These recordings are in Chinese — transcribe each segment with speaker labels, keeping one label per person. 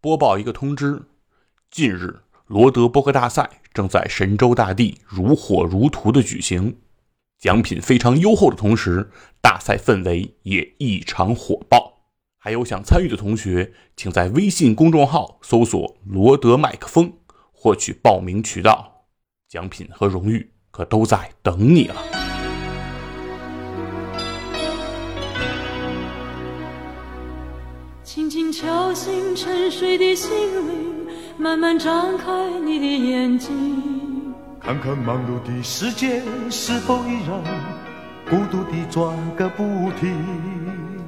Speaker 1: 播报一个通知：近日，罗德播客大赛正在神州大地如火如荼的举行，奖品非常优厚的同时，大赛氛围也异常火爆。还有想参与的同学，请在微信公众号搜索“罗德麦克风”获取报名渠道，奖品和荣誉可都在等你了。
Speaker 2: 轻轻敲醒沉睡的心灵，慢慢张开你的眼睛。
Speaker 3: 看看忙碌的世界是否依然孤独地转个不停。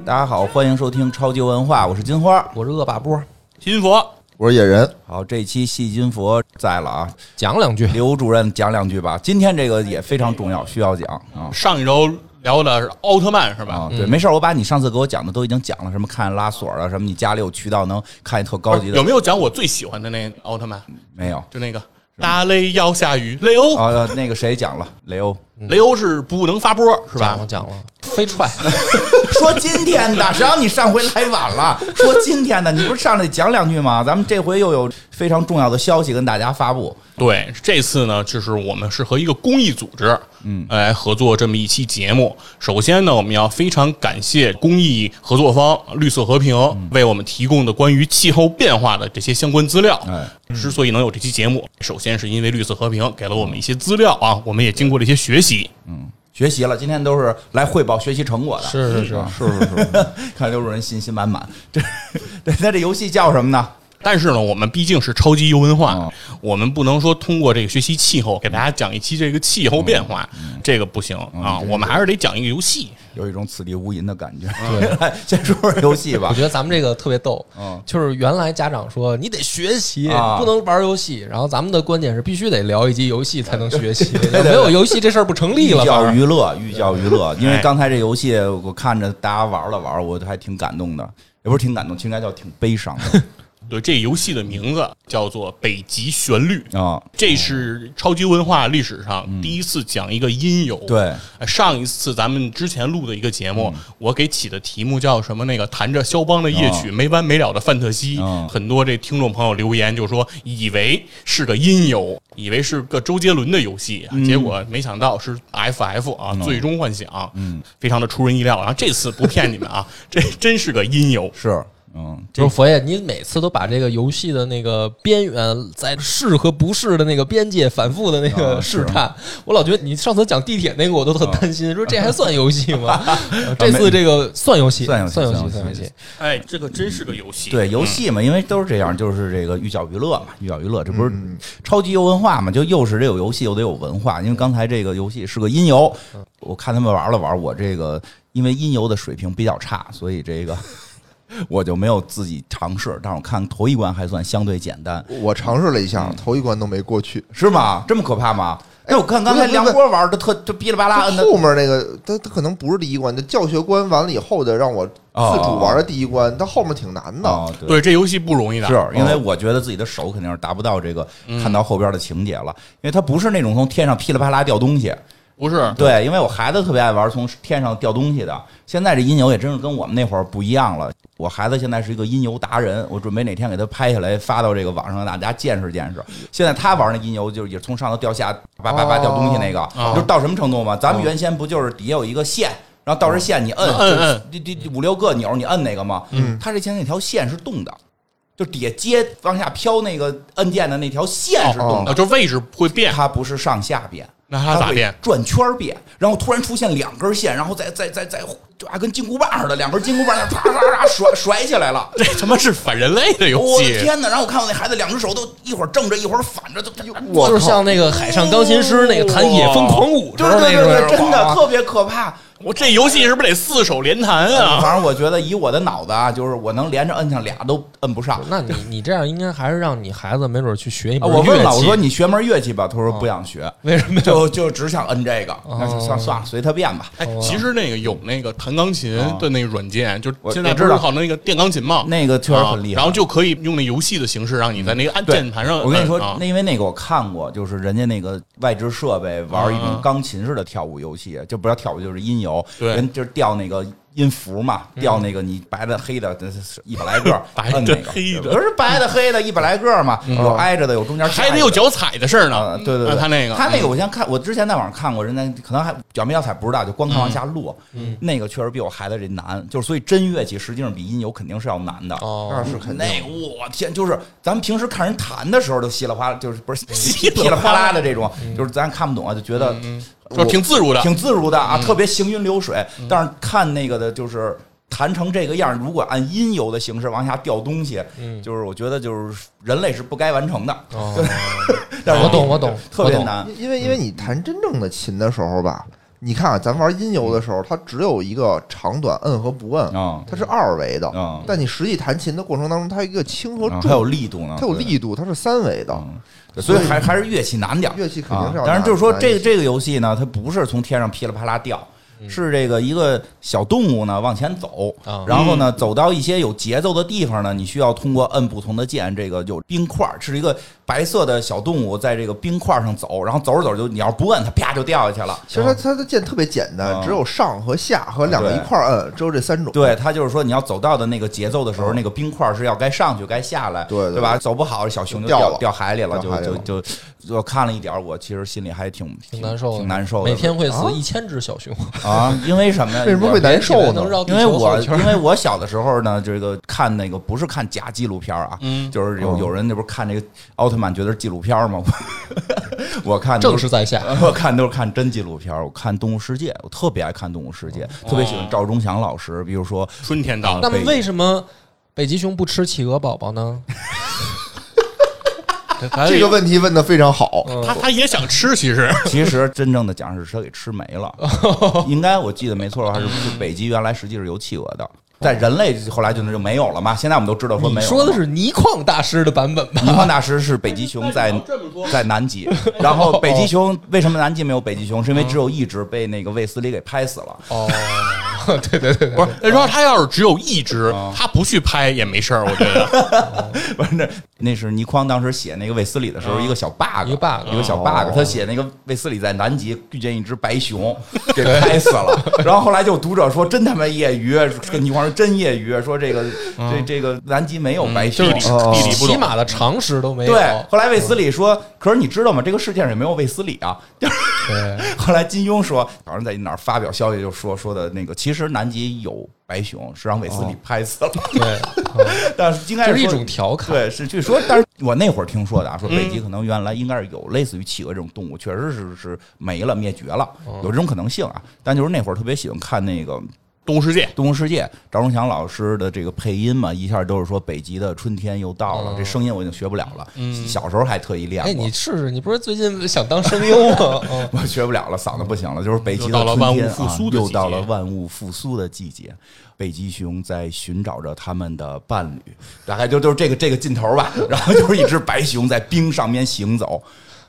Speaker 4: 大家好，欢迎收听超级文化，我是金花，
Speaker 5: 我是恶霸波，
Speaker 1: 新佛，
Speaker 6: 我是野人，
Speaker 4: 好，这期戏金佛在了啊，
Speaker 5: 讲两句。
Speaker 4: 刘主任讲两句吧。今天这个也非常重要，需要讲啊
Speaker 7: 上一周聊的是奥特曼是吧？
Speaker 4: 啊，对，没事儿，我把你上次给我讲的都已经讲了，什么看拉锁啊，什么你家里有渠道能看见特高级的，
Speaker 7: 有没有讲我最喜欢的那个奥特曼？
Speaker 4: 没有？
Speaker 7: 就那个大雷要下雨，雷欧，
Speaker 4: 啊，呃那个谁讲了？雷欧
Speaker 7: 嗯雷欧是不能发波是
Speaker 5: 讲
Speaker 7: 吧
Speaker 5: 了？讲了，飞踹，
Speaker 4: 说今天的，谁让你上回来晚了？说今天的，你不是上来讲两句吗？咱们这回又有非常重要的消息跟大家发布，
Speaker 7: 对，这次呢，就是我们是和一个公益组织，嗯，来合作这么一期节目。首先呢，我们要非常感谢公益合作方绿色和平为我们提供的关于气候变化的这些相关资料。
Speaker 4: 哎
Speaker 7: 之所以能有这期节目，首先是因为绿色和平给了我们一些资料啊，我们也经过了一些学习。
Speaker 4: 学习了，今天都是来汇报学习成果的，
Speaker 5: 是 是是，
Speaker 4: 是是是， 看刘主任信心满满。 这对，那这游戏叫什么呢？
Speaker 7: 但是呢，我们毕竟是超级游文化，
Speaker 4: 嗯
Speaker 7: 我们不能说通过这个学习气候给大家讲一期这个气候变化，这个不行啊，我们还是得讲一个游戏。
Speaker 4: 有一种此地无银的感觉。 对，先说说游戏吧
Speaker 5: 嗯我。觉得咱们这个特别逗
Speaker 4: 嗯，
Speaker 5: 就是原来家长说你得学习，
Speaker 4: 啊
Speaker 5: 不能玩游戏，然后咱们的观点是必须得聊一集游戏才能学习，没有游戏这事儿不成立
Speaker 4: 寓
Speaker 5: 了
Speaker 4: 教
Speaker 5: 吧？
Speaker 4: 于乐，寓教于乐。因为
Speaker 7: 哎
Speaker 4: 刚才这游戏，我看着大家玩了玩，我还挺感动的，也不是挺感动，应该叫挺悲伤 的
Speaker 7: 对，这游戏的名字叫做《北极旋律》。
Speaker 4: 啊。嗯
Speaker 7: 这是超级文化历史上第一次讲一个音游。
Speaker 4: 对嗯
Speaker 7: 呃，上一次咱们之前录的一个节目，我给起的题目叫什么？那个弹着肖邦的夜曲、
Speaker 4: 哦
Speaker 7: 没完没了的范特西。
Speaker 4: 哦
Speaker 7: 很多这听众朋友留言就说，以为是个音游，以为是个周杰伦的游戏，啊
Speaker 4: 嗯
Speaker 7: 结果没想到是 FF 啊，最终幻想，嗯，非常的出人意料。然后这次不骗你们啊， 这真是个音游。
Speaker 4: 是，嗯，
Speaker 5: 就是佛爷，你每次都把这个游戏的那个边缘在是和不是的那个边界反复的那个
Speaker 4: 啊
Speaker 5: 试探，我老觉得你上次讲地铁那个我都特担心，说这还算游戏 吗？这次这个算游戏，
Speaker 4: 算游戏
Speaker 5: 算游戏，
Speaker 4: 算游戏
Speaker 5: 算游戏。
Speaker 7: 哎，这个真是个游戏。
Speaker 4: 对，游戏嘛，因为都是这样，就是这个寓教于乐嘛，寓教于乐，这不是
Speaker 6: 嗯
Speaker 4: 超级游文化嘛？就又是这有游戏，又得有文化。因为刚才这个游戏是个音游，
Speaker 6: 嗯
Speaker 4: 我看他们玩了玩，我这个因为音游的水平比较差，所以这个 我就没有自己尝试。但是我看头一关还算相对简单，
Speaker 6: 我尝试了一下，头一关都没过去。
Speaker 4: 是吗？这么可怕吗？哎，我看刚才
Speaker 6: 不是不是
Speaker 4: 梁波玩的特就哔哩吧啦摁的，哦
Speaker 6: 后面那个，它它可能不是第一关，就教学关完了以后的，让我自主玩的第一关，它后面挺难的。
Speaker 4: 哦，对
Speaker 7: 对，这啊游戏不容易的。
Speaker 4: 是因为我觉得自己的手肯定是达不到这个看到后边的情节了，因为它不是那种从天上噼里啪啦掉东西。
Speaker 7: 不是，
Speaker 4: 对，因为我孩子特别爱玩从天上掉东西的。现在这音游也真是跟我们那会儿不一样了。我孩子现在是一个音游达人，我准备哪天给他拍下来发到这个网上，让大家见识见识。现在他玩那音游就是也从上头掉下，叭叭叭掉东西那个，就到什么程度吗？咱们原先不就是底下有一个线。然后到这线你嗯摁，
Speaker 7: 嗯嗯
Speaker 4: 就就就五六个钮儿你摁那个吗？嗯，它这现在那条线是动的，就底下接往下飘那个按键的那条线是动的
Speaker 7: 啊，，就位置会变。
Speaker 4: 它不是上下变，
Speaker 7: 那它咋变？
Speaker 4: 转圈儿变，然后突然出现两根线，然后再再再再就啊，跟金箍棒似的，两根金箍棒啪啪啪甩甩起来了。
Speaker 7: 这他妈是反人类的游
Speaker 4: 我的
Speaker 7: 戏，
Speaker 4: 天哪！然后我看我那孩子两只手都一会儿正着，一会儿反着，就就
Speaker 6: 我
Speaker 5: 就是
Speaker 6: 靠
Speaker 5: 像那个海上钢琴师那个弹野风狂舞时
Speaker 4: 对
Speaker 5: 候
Speaker 4: 对
Speaker 5: 那
Speaker 4: 对
Speaker 5: 个，
Speaker 4: 对，真的特别可怕。嗯
Speaker 7: 我这游戏是不是得四手连弹啊？
Speaker 4: 反正我觉得以我的脑子啊，就是我能连着摁上俩都摁不上。
Speaker 5: 那你你这样应该还是让你孩子没准去学一
Speaker 4: 哦啊
Speaker 5: 门
Speaker 4: 我问
Speaker 5: 乐
Speaker 4: 了，我说
Speaker 5: 器。哦
Speaker 4: 你学门乐器吧，他说不想学，
Speaker 5: 为什么呀？哦
Speaker 4: 就就只想摁这个。那就算算了，随他便吧。
Speaker 7: 哎，其实那个有那个弹钢琴的那个软件，就
Speaker 4: 哦我
Speaker 7: 现在
Speaker 4: 我
Speaker 7: 不
Speaker 4: 知道
Speaker 7: 是好那个电钢琴嘛，
Speaker 4: 那个确实很厉
Speaker 7: 啊
Speaker 4: 害
Speaker 5: 哦
Speaker 7: 然后就可以用那游戏的形式，让你在那个按
Speaker 4: 对
Speaker 7: 键盘上摁。
Speaker 4: 我跟你说
Speaker 7: 啊，
Speaker 4: 那因为那个我看过，就是人家那个外置设备玩一种
Speaker 7: 啊
Speaker 4: 钢琴式的跳舞游戏，就不叫跳舞，就是音游。手，
Speaker 7: 对
Speaker 4: 人就是调那个。音符嘛，调那个你白的黑的，呃一百来个，
Speaker 7: 白的
Speaker 4: 摁那个
Speaker 7: 黑的嗯
Speaker 4: 不是白的黑的，一百来个嘛，有挨着的，有中间
Speaker 7: 还
Speaker 4: 夹
Speaker 7: 得
Speaker 4: 着
Speaker 7: 有
Speaker 4: 的
Speaker 7: 脚踩的事儿呢
Speaker 4: 啊，。对对对，
Speaker 7: 他那个，嗯
Speaker 4: 他那个，我先看，我之前在网上看过，人家可能还脚没脚踩不知道，就光看往下
Speaker 7: 嗯
Speaker 4: 落，那个确实比我孩子这难，就是所以真乐器实际上比音游肯定是要难的。
Speaker 6: 那
Speaker 5: 哦，
Speaker 6: 是肯定
Speaker 4: 那个我天，就是咱们平时看人弹的时候，就稀里哗啦，就是不是噼噼里啪啦的这种，就是咱看不懂啊，就觉得
Speaker 7: 嗯就是挺自如的，
Speaker 4: 挺自如的啊，特别行云流水。但是看那个的，就是弹成这个样儿，如果按音游的形式往下掉东西，就是我觉得就是人类是不该完成的。
Speaker 5: 哦
Speaker 4: 但是
Speaker 5: 我懂我懂
Speaker 4: 特别难。
Speaker 6: 因因为因为你弹真正的琴的时候吧，你看啊，咱玩音游的时
Speaker 4: 嗯
Speaker 6: 候，它只有一个长短摁和不摁，
Speaker 4: 啊
Speaker 6: 它是二维的。
Speaker 4: 啊
Speaker 6: 但你实际弹琴的过程当中，它有一个轻和
Speaker 4: 啊
Speaker 6: 重，
Speaker 4: 还有力度呢，
Speaker 6: 它有
Speaker 4: 对
Speaker 6: 力度，它是三维的。
Speaker 4: 嗯对所以还还是乐器难点儿，
Speaker 6: 乐器肯定是要
Speaker 4: 啊当然就是说，
Speaker 6: 难
Speaker 4: 这
Speaker 6: 一
Speaker 4: 个
Speaker 6: 些
Speaker 4: 这个游戏呢，它不是从天上噼里啪啦掉。是这个一个小动物呢往前走
Speaker 5: 啊，
Speaker 4: 然后
Speaker 6: 嗯
Speaker 4: 呢走到一些有节奏的地方呢，你需要通过摁不同的键，这个有冰块儿是一个白色的小动物在这个冰块上走，然后走着走着就你要不摁它，啪就掉下去了。
Speaker 6: 其实它它的键特别简单，
Speaker 4: 啊
Speaker 6: 只有上和下和两个
Speaker 4: 哦对
Speaker 6: 一块儿摁，只有这三种。
Speaker 4: 对，它就是说你要走到的那个节奏的时候，
Speaker 6: 嗯
Speaker 4: 那个冰块是要该上去该下来，
Speaker 6: 对对对
Speaker 4: 吧？走不好，小熊就
Speaker 6: 掉
Speaker 4: 掉
Speaker 6: 了
Speaker 4: 掉海里了，就
Speaker 6: 掉海里
Speaker 4: 就
Speaker 6: 了
Speaker 4: 就就我看了一点儿，我其实心里还挺
Speaker 5: 挺难受的，
Speaker 4: 挺难受的，
Speaker 5: 每天会死
Speaker 6: 啊
Speaker 5: 一千只小熊，
Speaker 4: 啊，因为什么呀？
Speaker 6: 为什么会难受呢
Speaker 5: 能绕地
Speaker 4: 因为
Speaker 5: 球好
Speaker 4: 我
Speaker 5: 几圈儿
Speaker 4: 因为我小的时候呢，这个看那个不是看假纪录片儿啊，
Speaker 7: 嗯
Speaker 4: 就是
Speaker 6: 哦
Speaker 4: 有有人那不是看那个奥特曼觉得是纪录片儿吗？ 我我看都
Speaker 5: 正 是在下。
Speaker 4: 我看都是看真纪录片儿，我看《动物世界》，我特别爱看《动物世界》，
Speaker 5: 哦
Speaker 4: 特别喜欢赵忠祥老师，比如说
Speaker 7: 春天到了，
Speaker 5: 那么为什么北极熊不吃企鹅宝宝 呢？
Speaker 6: 这个问题问的非常好。
Speaker 4: 嗯
Speaker 7: 他他也想吃，其实
Speaker 4: 其实真正的讲是它给吃没了，应该我记得没错的话是是北极原来实际是有企鹅的，在人类后来就那就没有了嘛。现在我们都知道说
Speaker 5: 你
Speaker 4: 没有了嘛。啊
Speaker 5: 说的是倪匡大师的版本吧？
Speaker 4: 尼匡大师是北极熊在在南极，然后北极熊为什么南极没有北极熊？是因为只有一只被那个卫斯理给拍死了。
Speaker 5: 哦， 对对
Speaker 4: 哦
Speaker 5: 对对，
Speaker 7: 不是。那 说他要是只有一只，
Speaker 4: 嗯
Speaker 7: 他不去拍也没事儿，我觉 得。
Speaker 4: 不是那那是尼匡当时写那个卫斯理的时候一个小 bug，
Speaker 5: 啊一个 bug 哦
Speaker 4: 一个小 bug。他写那个卫斯理在南极遇见一只白 熊，给拍死了。然后后来就有读者说真他妈业余，跟尼匡说真业余，说这个
Speaker 5: 嗯
Speaker 4: 这这个南极没有白熊
Speaker 7: 地。理
Speaker 5: 哦
Speaker 7: 地理不
Speaker 5: 起
Speaker 7: 懂，
Speaker 5: 码的常识都没有。
Speaker 4: 对，后来卫斯理说：“可是你知道吗？这个世界上也没有卫斯理啊。”
Speaker 5: 对
Speaker 4: 后来金庸说，好像在哪儿发表消息就说说的那个，其实南极有白熊，是让韦斯理拍死了，
Speaker 5: 对，
Speaker 4: 但是应该
Speaker 5: 哦这
Speaker 4: 是
Speaker 5: 是一
Speaker 4: 说
Speaker 5: 种。调侃。
Speaker 4: 对，是据说，但是 我那会儿听说的啊，说北极可能原来应该是有类似于企鹅这种动物，确实是是没了、灭绝了，有这种可能性啊。但就是那会儿特别喜欢看那个《
Speaker 7: 动物世界
Speaker 4: 动物世界》，赵忠祥老师的这个配音嘛，一下都是说北极的春天又到了，这声音我已经学不了了。小时候还特意练
Speaker 5: 哎，
Speaker 4: 过
Speaker 5: 你，试试，你不是最近想当声优 吗？嗯，
Speaker 4: 我学不了了，嗓子不行了。就是北极
Speaker 7: 又
Speaker 4: 的
Speaker 7: 到了
Speaker 4: 春天
Speaker 7: 万物复苏的
Speaker 4: 啊
Speaker 7: 季节
Speaker 4: 又到了万物复苏的季节。北极熊在寻找着他们的伴侣，大概就就是这个这个劲头吧。然后就是一只白熊在冰上面行走。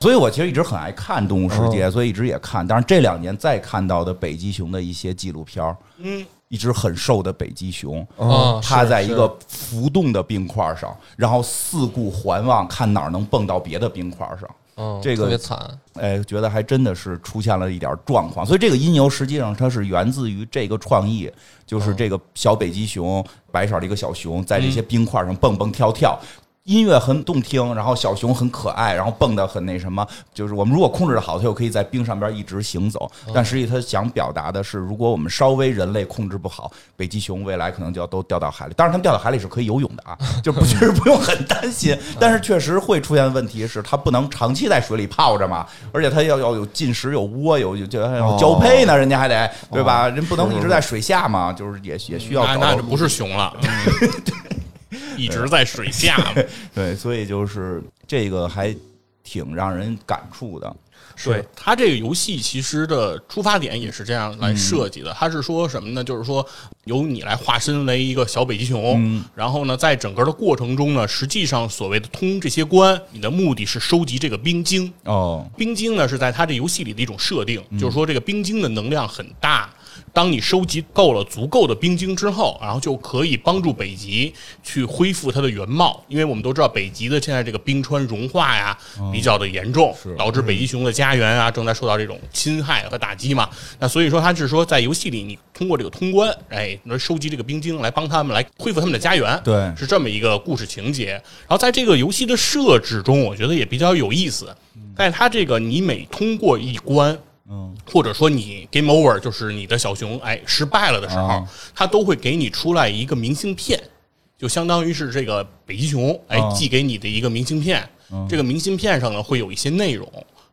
Speaker 4: 所以我其实一直很爱看《动物世
Speaker 7: 嗯
Speaker 4: 界》，所以一直也看。但是这两年再看到的北极熊的一些纪录片儿，嗯，一只很瘦的北极熊，
Speaker 7: 嗯
Speaker 5: 哦
Speaker 4: 它
Speaker 5: 是
Speaker 4: 在一
Speaker 5: 是
Speaker 4: 个浮动的冰块上，然后四顾环望，看哪儿能蹦到别的冰块上。
Speaker 5: 嗯，
Speaker 4: 这个
Speaker 5: 特别惨。
Speaker 4: 哎，觉得还真的是出现了一点状况，所以这个音游实际上它是源自于这个创意，就是这个小北极熊，白色的一个小熊，在这些冰块上蹦蹦跳跳，音乐很动听，然后小熊很可爱，然后蹦得很那什么，就是我们如果控制的好，它又可以在冰上边一直行走。但实际它想表达的是，如果我们稍微人类控制不好，北极熊未来可能就要都掉到海里。当然，它们掉到海里是可以游泳的啊，就不 就是不用很担心。但是确实会出现问题是，它不能长期在水里泡着嘛，而且它要要有进食、有窝、有有就要交配呢，人家还得对吧？人不能一直在水下嘛，哦就是也也需要
Speaker 7: 那
Speaker 4: 找
Speaker 7: 那
Speaker 4: 到
Speaker 7: 就不是熊了，嗯 一直在水下。
Speaker 4: 对，所以就是这个还挺让人感触的。
Speaker 7: 对它这个游戏其实的出发点也是这样
Speaker 4: 嗯
Speaker 7: 来设计的，它是说什么呢？就是说由你来化身为一个小北极熊，
Speaker 4: 嗯
Speaker 7: 然后呢，在整个的过程中呢，实际上所谓的通这些关，你的目的是收集这个冰晶。
Speaker 4: 哦，
Speaker 7: 冰晶呢是在它这游戏里的一种设定，就是说这个冰晶的能量很大。当你收集够了足够的冰晶之后，然后就可以帮助北极去恢复它的原貌，因为我们都知道北极的现在这个冰川融化呀比较的严重，导致北极熊的家园啊正在受到这种侵害和打击嘛。那所以说，它是说在游戏里你通过这个通关，哎，来收集这个冰晶来帮他们来恢复他们的家园，
Speaker 4: 对
Speaker 7: 是这么一个故事情节。然后在这个游戏的设置中，我觉得也比较有意思，
Speaker 4: 嗯
Speaker 7: 在它这个你每通过一关。或者说你 game over 就是你的小熊哎失败了的时候
Speaker 4: 啊，
Speaker 7: 它都会给你出来一个明信片，就相当于是这个北极熊哎
Speaker 4: 啊嗯
Speaker 7: 寄给你的一个明信片。这个明信片上呢会有一些内容，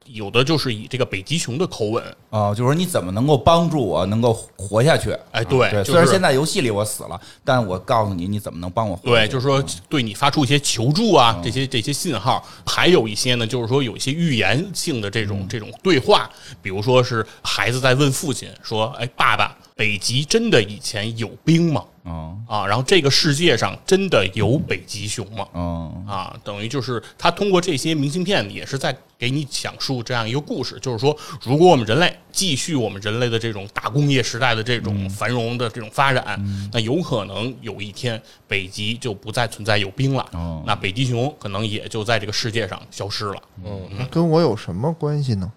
Speaker 7: 有的就是以这个北极熊的口吻，
Speaker 4: 啊、就是说你怎么能够帮助我能够活下去？啊
Speaker 7: 哎对
Speaker 4: 对，
Speaker 7: 就是
Speaker 4: 虽然现在游戏里我死了，但我告诉你，你怎么能帮我活下
Speaker 7: 对，
Speaker 4: 去？
Speaker 7: 就是说对你发出一些求助啊，这些这些信号，还有一些呢，就是说有一些预言性的这种这种对话，比如说是孩子在问父亲说：“哎，爸爸，北极真的以前有冰吗？”
Speaker 4: 嗯
Speaker 7: 啊，然后这个世界上真的有北极熊吗？
Speaker 4: 嗯
Speaker 7: 啊，等于就是他通过这些明信片也是在给你讲述这样一个故事，就是说，如果我们人类继续我们人类的这种大工业时代的这种繁荣的这种发展，那有可能有一天北极就不再存在有冰了，
Speaker 4: 哦
Speaker 7: 那北极熊可能也就在这个世界上消失了。
Speaker 5: 嗯
Speaker 4: 嗯
Speaker 6: 跟我有什么关系呢？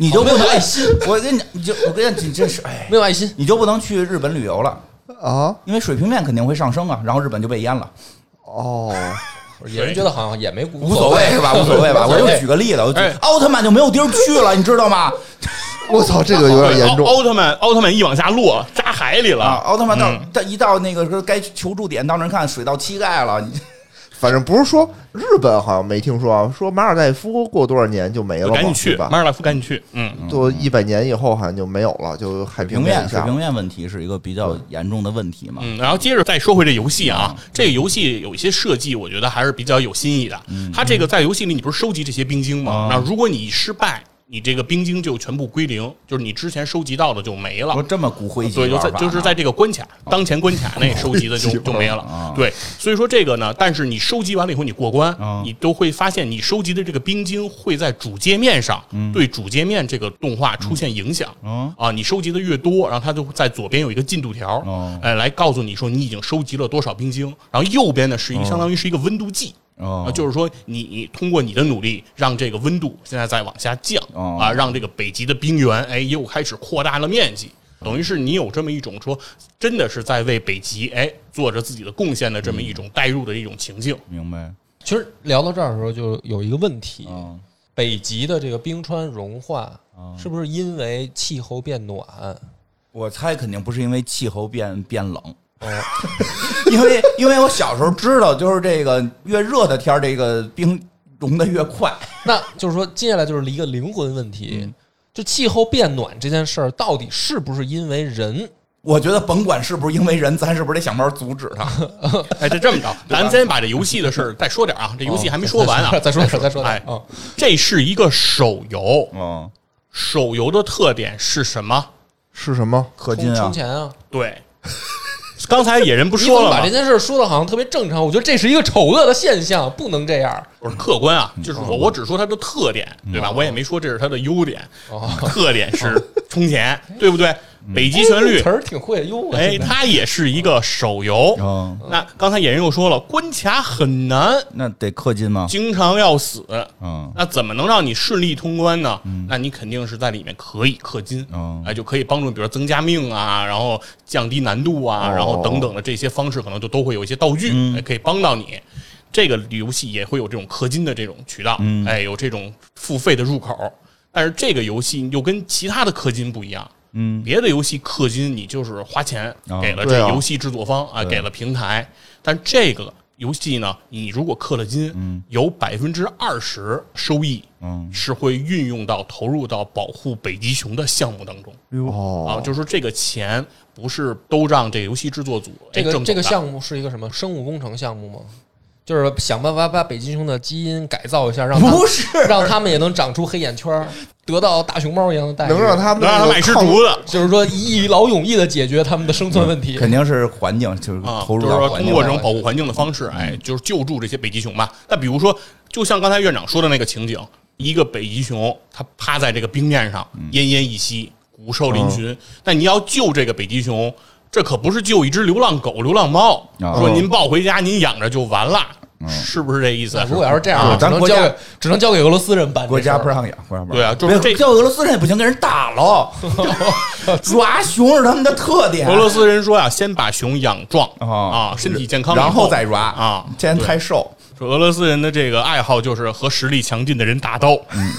Speaker 4: 你就不能
Speaker 5: 没有爱心，
Speaker 4: 我跟你你就我跟你你真是哎
Speaker 5: 没，有爱心，
Speaker 4: 你就不能去日本旅游了，
Speaker 6: 啊，
Speaker 4: 因为水平面肯定会上升啊，然后日本就被淹了，
Speaker 6: 哦，
Speaker 5: 也是觉得好像也没
Speaker 4: 无所谓是吧？无所谓 吧？我就举个例子，我举
Speaker 7: 哎
Speaker 4: 奥特曼就没有地儿去了，你知道吗？
Speaker 6: 我操，这个有点
Speaker 7: 对
Speaker 6: 严重
Speaker 7: 奥。奥特曼，奥特曼一往下落，扎海里了。
Speaker 4: 啊，奥特曼到
Speaker 7: 嗯
Speaker 4: 到一到那个时候该求助点，到那儿看水到膝盖了，你
Speaker 6: 反正不是说日本好像没听说啊，说马尔代夫过多少年就没了
Speaker 7: 就
Speaker 6: 嘛，
Speaker 7: 赶紧去
Speaker 6: 对吧
Speaker 7: 马？尔代夫，赶紧去。嗯，
Speaker 6: 就一百年以后好像就没有了，就海
Speaker 4: 平
Speaker 6: 平
Speaker 4: 面
Speaker 6: 一
Speaker 4: 水
Speaker 6: 下
Speaker 4: 平面问题是一个比较严重的问题嘛。
Speaker 7: 嗯，然后接着再说回这游戏啊，这个游戏有一些设计，我觉得还是比较有新意的。它这个在游戏里，你不是收集这些冰晶吗？那如果你失败，你这个冰晶就全部归零，就是你之前收集到的就没了
Speaker 4: 说。这么骨灰级
Speaker 7: 对，就
Speaker 4: 玩啊
Speaker 7: 在
Speaker 4: 法呢，
Speaker 7: 就是在这个关卡当前关卡内收集的 就就没了
Speaker 4: 啊。
Speaker 7: 对，所以说这个呢，但是你收集完了以后，你过关
Speaker 4: 啊，
Speaker 7: 你都会发现你收集的这个冰晶会在主界面上对主界面这个动画出现影响。
Speaker 4: 嗯
Speaker 7: 啊，你收集的越多，然后它就在左边有一个进度条
Speaker 4: 哦，
Speaker 7: 哎，来告诉你说你已经收集了多少冰晶。然后右边呢是一个相当于是一个温度计。啊，
Speaker 4: 哦，
Speaker 7: 就是说你你通过你的努力，让这个温度现在在往下降、
Speaker 4: 哦
Speaker 7: 啊，让这个北极的冰原哎又开始扩大了面积。等于是你有这么一种说，真的是在为北极哎做着自己的贡献的这么一种代入的一种情境，
Speaker 4: 哦
Speaker 5: 嗯
Speaker 4: 明白，
Speaker 5: 其实聊到这儿的时候，就有一个问题：
Speaker 4: 嗯
Speaker 5: 北极的这个冰川融化，是不是因为气候变暖？
Speaker 4: 我猜肯定不是因为气候变变冷，
Speaker 5: 哦，
Speaker 4: 因为因为我小时候知道，就是这个越热的天儿，这个冰融的越快。
Speaker 5: 那就是说，接下来就是一个灵魂问题，
Speaker 4: 嗯
Speaker 5: 就气候变暖这件事儿，到底是不是因为人？
Speaker 4: 我觉得甭管是不是因为人，咱是不是得想办法阻 止它？
Speaker 7: 哎，就这 么着，咱先把这游戏的事儿再说点儿啊，这游戏还没说完啊，
Speaker 5: 哦 再说点，再说点
Speaker 7: 哎，
Speaker 5: 啊！
Speaker 7: 这是一个手游，
Speaker 4: 嗯，
Speaker 7: 手游的特点是什么？
Speaker 6: 是什么？
Speaker 4: 氪金
Speaker 5: 充
Speaker 4: 啊
Speaker 5: 充，钱啊！
Speaker 7: 对， 刚才野人不
Speaker 5: 你
Speaker 7: 说
Speaker 5: 怎
Speaker 7: 了
Speaker 5: 么
Speaker 7: 吗？
Speaker 5: 把这件事儿说的好像特别正常，我觉得这是一个丑恶的现象，不能这样。
Speaker 7: 不是客观
Speaker 5: 嗯
Speaker 7: 啊，就是我我只说它的特点，对吧？我也没说这是它的优点，
Speaker 5: 哦
Speaker 7: 特点是充钱，对不对？北极旋律
Speaker 5: 嗯哎词，儿挺会用啊！
Speaker 7: 哎，
Speaker 5: 现在哦
Speaker 7: 它也是一个手游。
Speaker 4: 嗯，
Speaker 7: 那刚才野人又说了，关卡很难，
Speaker 4: 那得氪金吗？
Speaker 7: 经常要死。
Speaker 4: 嗯
Speaker 7: 那怎么能让你顺利通关呢？那你肯定是在里面可以氪金，
Speaker 4: 哦
Speaker 7: 哎，就可以帮助，比如增加命啊，然后降低难度
Speaker 4: 哦
Speaker 7: 啊，然后等等的这些方式，可能就都会有一些道具，
Speaker 4: 嗯
Speaker 7: 哎，可以帮到你。这个游戏也会有这种氪金的这种渠道，
Speaker 4: 嗯
Speaker 7: 哎，有这种付费的入口。但是这个游戏又跟其他的氪金不一样，
Speaker 4: 嗯，
Speaker 7: 别的游戏氪金你就是花钱
Speaker 4: 哦
Speaker 7: 给了
Speaker 6: 对
Speaker 7: 这
Speaker 6: 啊
Speaker 7: 游戏制作方啊，给了平台，但这个游戏呢，你如果氪了金，
Speaker 6: 嗯
Speaker 7: 有百分之二十收益
Speaker 4: 嗯
Speaker 7: 是会运用到投入到保护北极熊的项目当中啊，
Speaker 6: 哦，
Speaker 7: 就是说这个钱不是都让这个游戏制作组哎
Speaker 5: 这个这个
Speaker 7: 项
Speaker 5: 项目是一个什么生物工程项目吗？就是想办法把北极熊的基因改造一下，让它
Speaker 4: 不是
Speaker 5: 让它们也能长出黑眼圈儿，得到大熊猫一样的待遇，
Speaker 6: 能让他们
Speaker 7: 能让他们爱吃竹子。
Speaker 5: 就是说一劳永逸的解决它们的生存问题。
Speaker 4: 嗯肯定是环境，就是
Speaker 7: 啊，
Speaker 4: 投入
Speaker 7: 就是
Speaker 4: 到
Speaker 7: 说
Speaker 4: 环
Speaker 7: 通
Speaker 4: 境
Speaker 7: 过
Speaker 4: 来。
Speaker 7: 这种保护环境的方式，哎，就是救助这些北极熊吧。那比如说，就像刚才
Speaker 4: 嗯
Speaker 7: 院长说的那个情景，一个北极熊它趴在这个冰面上奄奄一息，骨瘦嶙
Speaker 4: 哦
Speaker 7: 峋，但你要救这个北极熊，这可不是救一只流浪狗、流浪猫，
Speaker 4: 啊
Speaker 7: 说您抱回家您养着就完了，
Speaker 4: 哦
Speaker 7: 是不是这意思？
Speaker 5: 如果要是这样啊，
Speaker 4: 啊咱
Speaker 5: 只能
Speaker 4: 国
Speaker 5: 交
Speaker 4: 家
Speaker 5: 给只能交给俄罗斯人办这事儿。
Speaker 4: 国家不让养，国家不让
Speaker 7: 对啊，
Speaker 4: 养。
Speaker 7: 就是这
Speaker 4: 别叫俄罗斯人也不行，给人打 了。抓熊是他们的特点，
Speaker 7: 俄罗斯人说呀、先把熊养壮、
Speaker 4: 哦
Speaker 7: 啊，身体健康以，
Speaker 4: 然后再抓
Speaker 7: 啊。
Speaker 4: 现在太瘦，
Speaker 7: 说俄罗斯人的这个爱好就是和实力强劲的人打斗， 嗯，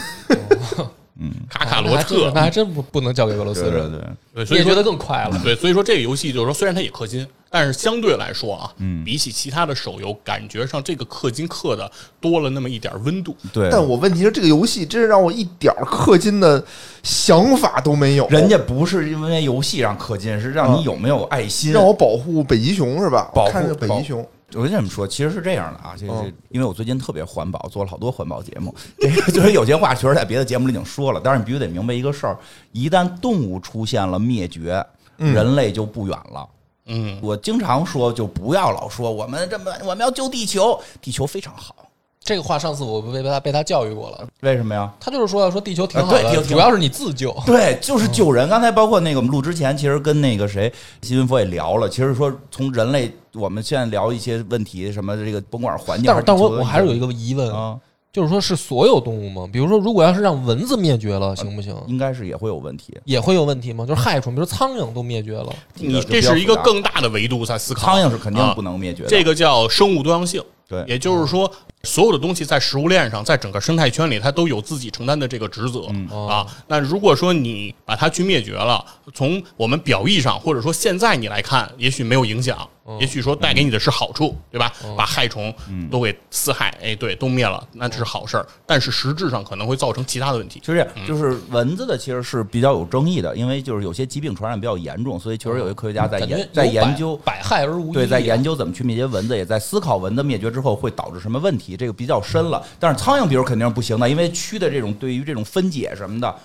Speaker 4: 嗯
Speaker 7: 卡卡罗
Speaker 5: 那还真是
Speaker 7: 特
Speaker 5: 那，还真不不能交给俄罗斯
Speaker 4: 对对
Speaker 5: 人，
Speaker 4: 对，
Speaker 7: 对，所
Speaker 5: 你
Speaker 7: 以
Speaker 5: 也
Speaker 7: 说
Speaker 5: 觉得更快了。
Speaker 7: 对，所以说这个游戏就是说，虽然它也氪金，但是相对来说啊，
Speaker 4: 嗯
Speaker 7: 比起其他的手游，感觉上这个氪金氪的多了那么一点温度。
Speaker 4: 对。
Speaker 6: 但我问题是，这个游戏真是让我一点儿氪金的想法都没有。
Speaker 4: 人家不是因为游戏让氪金，是让你有没有爱心。
Speaker 6: 啊让我保护北极熊是吧？
Speaker 4: 保护
Speaker 6: 我看着北极熊，
Speaker 4: 我跟你们说，其实是这样的啊，这这
Speaker 5: 哦
Speaker 6: 嗯，
Speaker 4: 因为我最近特别环保，做了好多环保节目， 这个就是有些话确实在别的节目里已经说了，但是你必须得明白一个事儿：一旦动物出现了灭绝，
Speaker 5: 嗯
Speaker 4: 人类就不远了。
Speaker 7: 嗯，
Speaker 4: 我经常说，就不要老说我们这么我们要救地球，地球非常好，
Speaker 5: 这个话上次我被他被他教育过了，
Speaker 4: 为什么呀？
Speaker 5: 他就是说说地球挺
Speaker 4: 啊
Speaker 5: 好
Speaker 4: 对地
Speaker 5: 的，
Speaker 4: 球挺
Speaker 5: 主要是你自救。
Speaker 4: 对，就是救人。刚才包括那个我们录之前，其实跟那个谁新云佛也聊了，其实说从人类，我们现在聊一些问题，什么这个甭管是环境
Speaker 5: 但
Speaker 4: 还
Speaker 5: 是
Speaker 4: 是地
Speaker 5: 但
Speaker 4: 球的问题，
Speaker 5: 我我还是有一个疑问，
Speaker 4: 啊，
Speaker 5: 就是说是所有动物吗？比如说，如果要是让蚊子灭绝
Speaker 4: 呃
Speaker 5: 了，行不行？
Speaker 4: 应该是也会有问题。
Speaker 5: 也会有问题吗？就是害虫，比如苍蝇都灭绝了，
Speaker 7: 你
Speaker 4: 这
Speaker 7: 这
Speaker 4: 个就比较
Speaker 7: 是一个
Speaker 4: 复杂
Speaker 7: 更大的维度在思考。
Speaker 4: 苍蝇是肯定
Speaker 7: 啊
Speaker 4: 不能灭绝的。
Speaker 7: 这个叫生物多样性，
Speaker 4: 对
Speaker 7: 也就是说，所有的东西在食物链上，在整个生态圈里，它都有自己承担的这个职责、
Speaker 4: 嗯
Speaker 7: 啊。那如果说你把它去灭绝了，从我们表意上，或者说现在你来看，也许没有影响，也许说带给你的是好处，对吧？把害虫
Speaker 4: 嗯
Speaker 7: 都给四害，哎，对，都灭了，那这是好事儿。但是实质上可能会造成其他的问题。
Speaker 4: 就是就是蚊子的其实是比较有争议的，因为就是有些疾病传染比较严重，所以确实有些科学家在
Speaker 5: 感觉
Speaker 4: 研在
Speaker 5: 嗯有百
Speaker 4: 研究。
Speaker 5: 百害而无一利啊。
Speaker 4: 对，在研究怎么去灭绝蚊子，也在思考蚊子灭绝之后会导致什么问题，这个比较深了。但是苍蝇，比如肯定是不行的，因为蛆的这种对于这种分解什么的，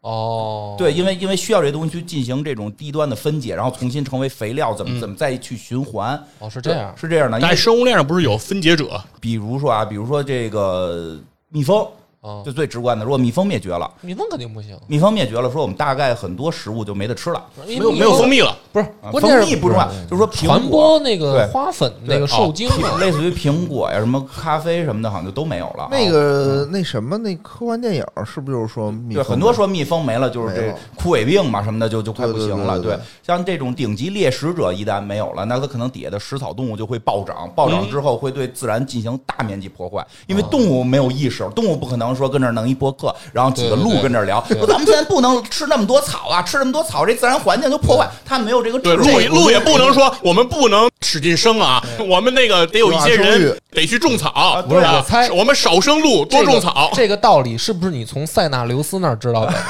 Speaker 5: 哦，
Speaker 4: 对，因为因为需要这东西去进行这种低端的分解，然后重新成为肥料，怎么怎么再去循环，
Speaker 5: 哦是这样，
Speaker 4: 是这样的。因
Speaker 7: 在
Speaker 4: 为
Speaker 7: 生物链上不是有分解者，
Speaker 4: 比如说啊，比如说这个蜜蜂，
Speaker 5: 啊
Speaker 4: 就最直观的，如果蜜蜂灭绝了，
Speaker 5: 蜜蜂肯定不行，
Speaker 4: 蜜蜂灭绝了，说我们大概很多食物就没得吃了。
Speaker 5: 没
Speaker 7: 没有没有蜂蜜了，
Speaker 5: 不是，
Speaker 4: 啊
Speaker 5: 关键
Speaker 4: 蜂
Speaker 5: 是
Speaker 4: 蜜不重要，就是说苹果
Speaker 5: 传播那个
Speaker 4: 对
Speaker 5: 花粉那个
Speaker 4: 对哦
Speaker 5: 受精嘛，
Speaker 4: 类似于苹果呀、什么咖啡什么的，好像就都没有了。
Speaker 6: 那个那什么，那科幻电影是不是就是说蜜
Speaker 4: 对，
Speaker 6: 蜂
Speaker 4: 很多说蜜蜂没了就是
Speaker 6: 没
Speaker 4: 这
Speaker 6: 了
Speaker 4: 枯萎病嘛什么的，就就快不行了。
Speaker 6: 对对对对对
Speaker 4: 像这种顶级猎食者一旦没有了，那它可能底下的食草动物就会暴涨，暴
Speaker 5: 嗯
Speaker 4: 涨之后会对自然进行大面积破坏，因为动物没有意识，动物不可能说跟这儿弄一播客，然后几个
Speaker 5: 对对
Speaker 4: 鹿
Speaker 5: 对
Speaker 4: 跟这儿聊，说咱们现在不能吃那么多草啊，吃那么多草这自然环境就破坏，它没有这个
Speaker 7: 对，
Speaker 4: 智
Speaker 7: 路
Speaker 4: 慧
Speaker 7: 路也不能说我们不能使劲生啊，我们那个得有一些人得去种草，
Speaker 5: 不是
Speaker 7: 啊
Speaker 5: 我猜
Speaker 7: 我们少生路，多
Speaker 5: 这个
Speaker 7: 种草。
Speaker 5: 这个道理是不是你从塞纳留斯那儿知道的？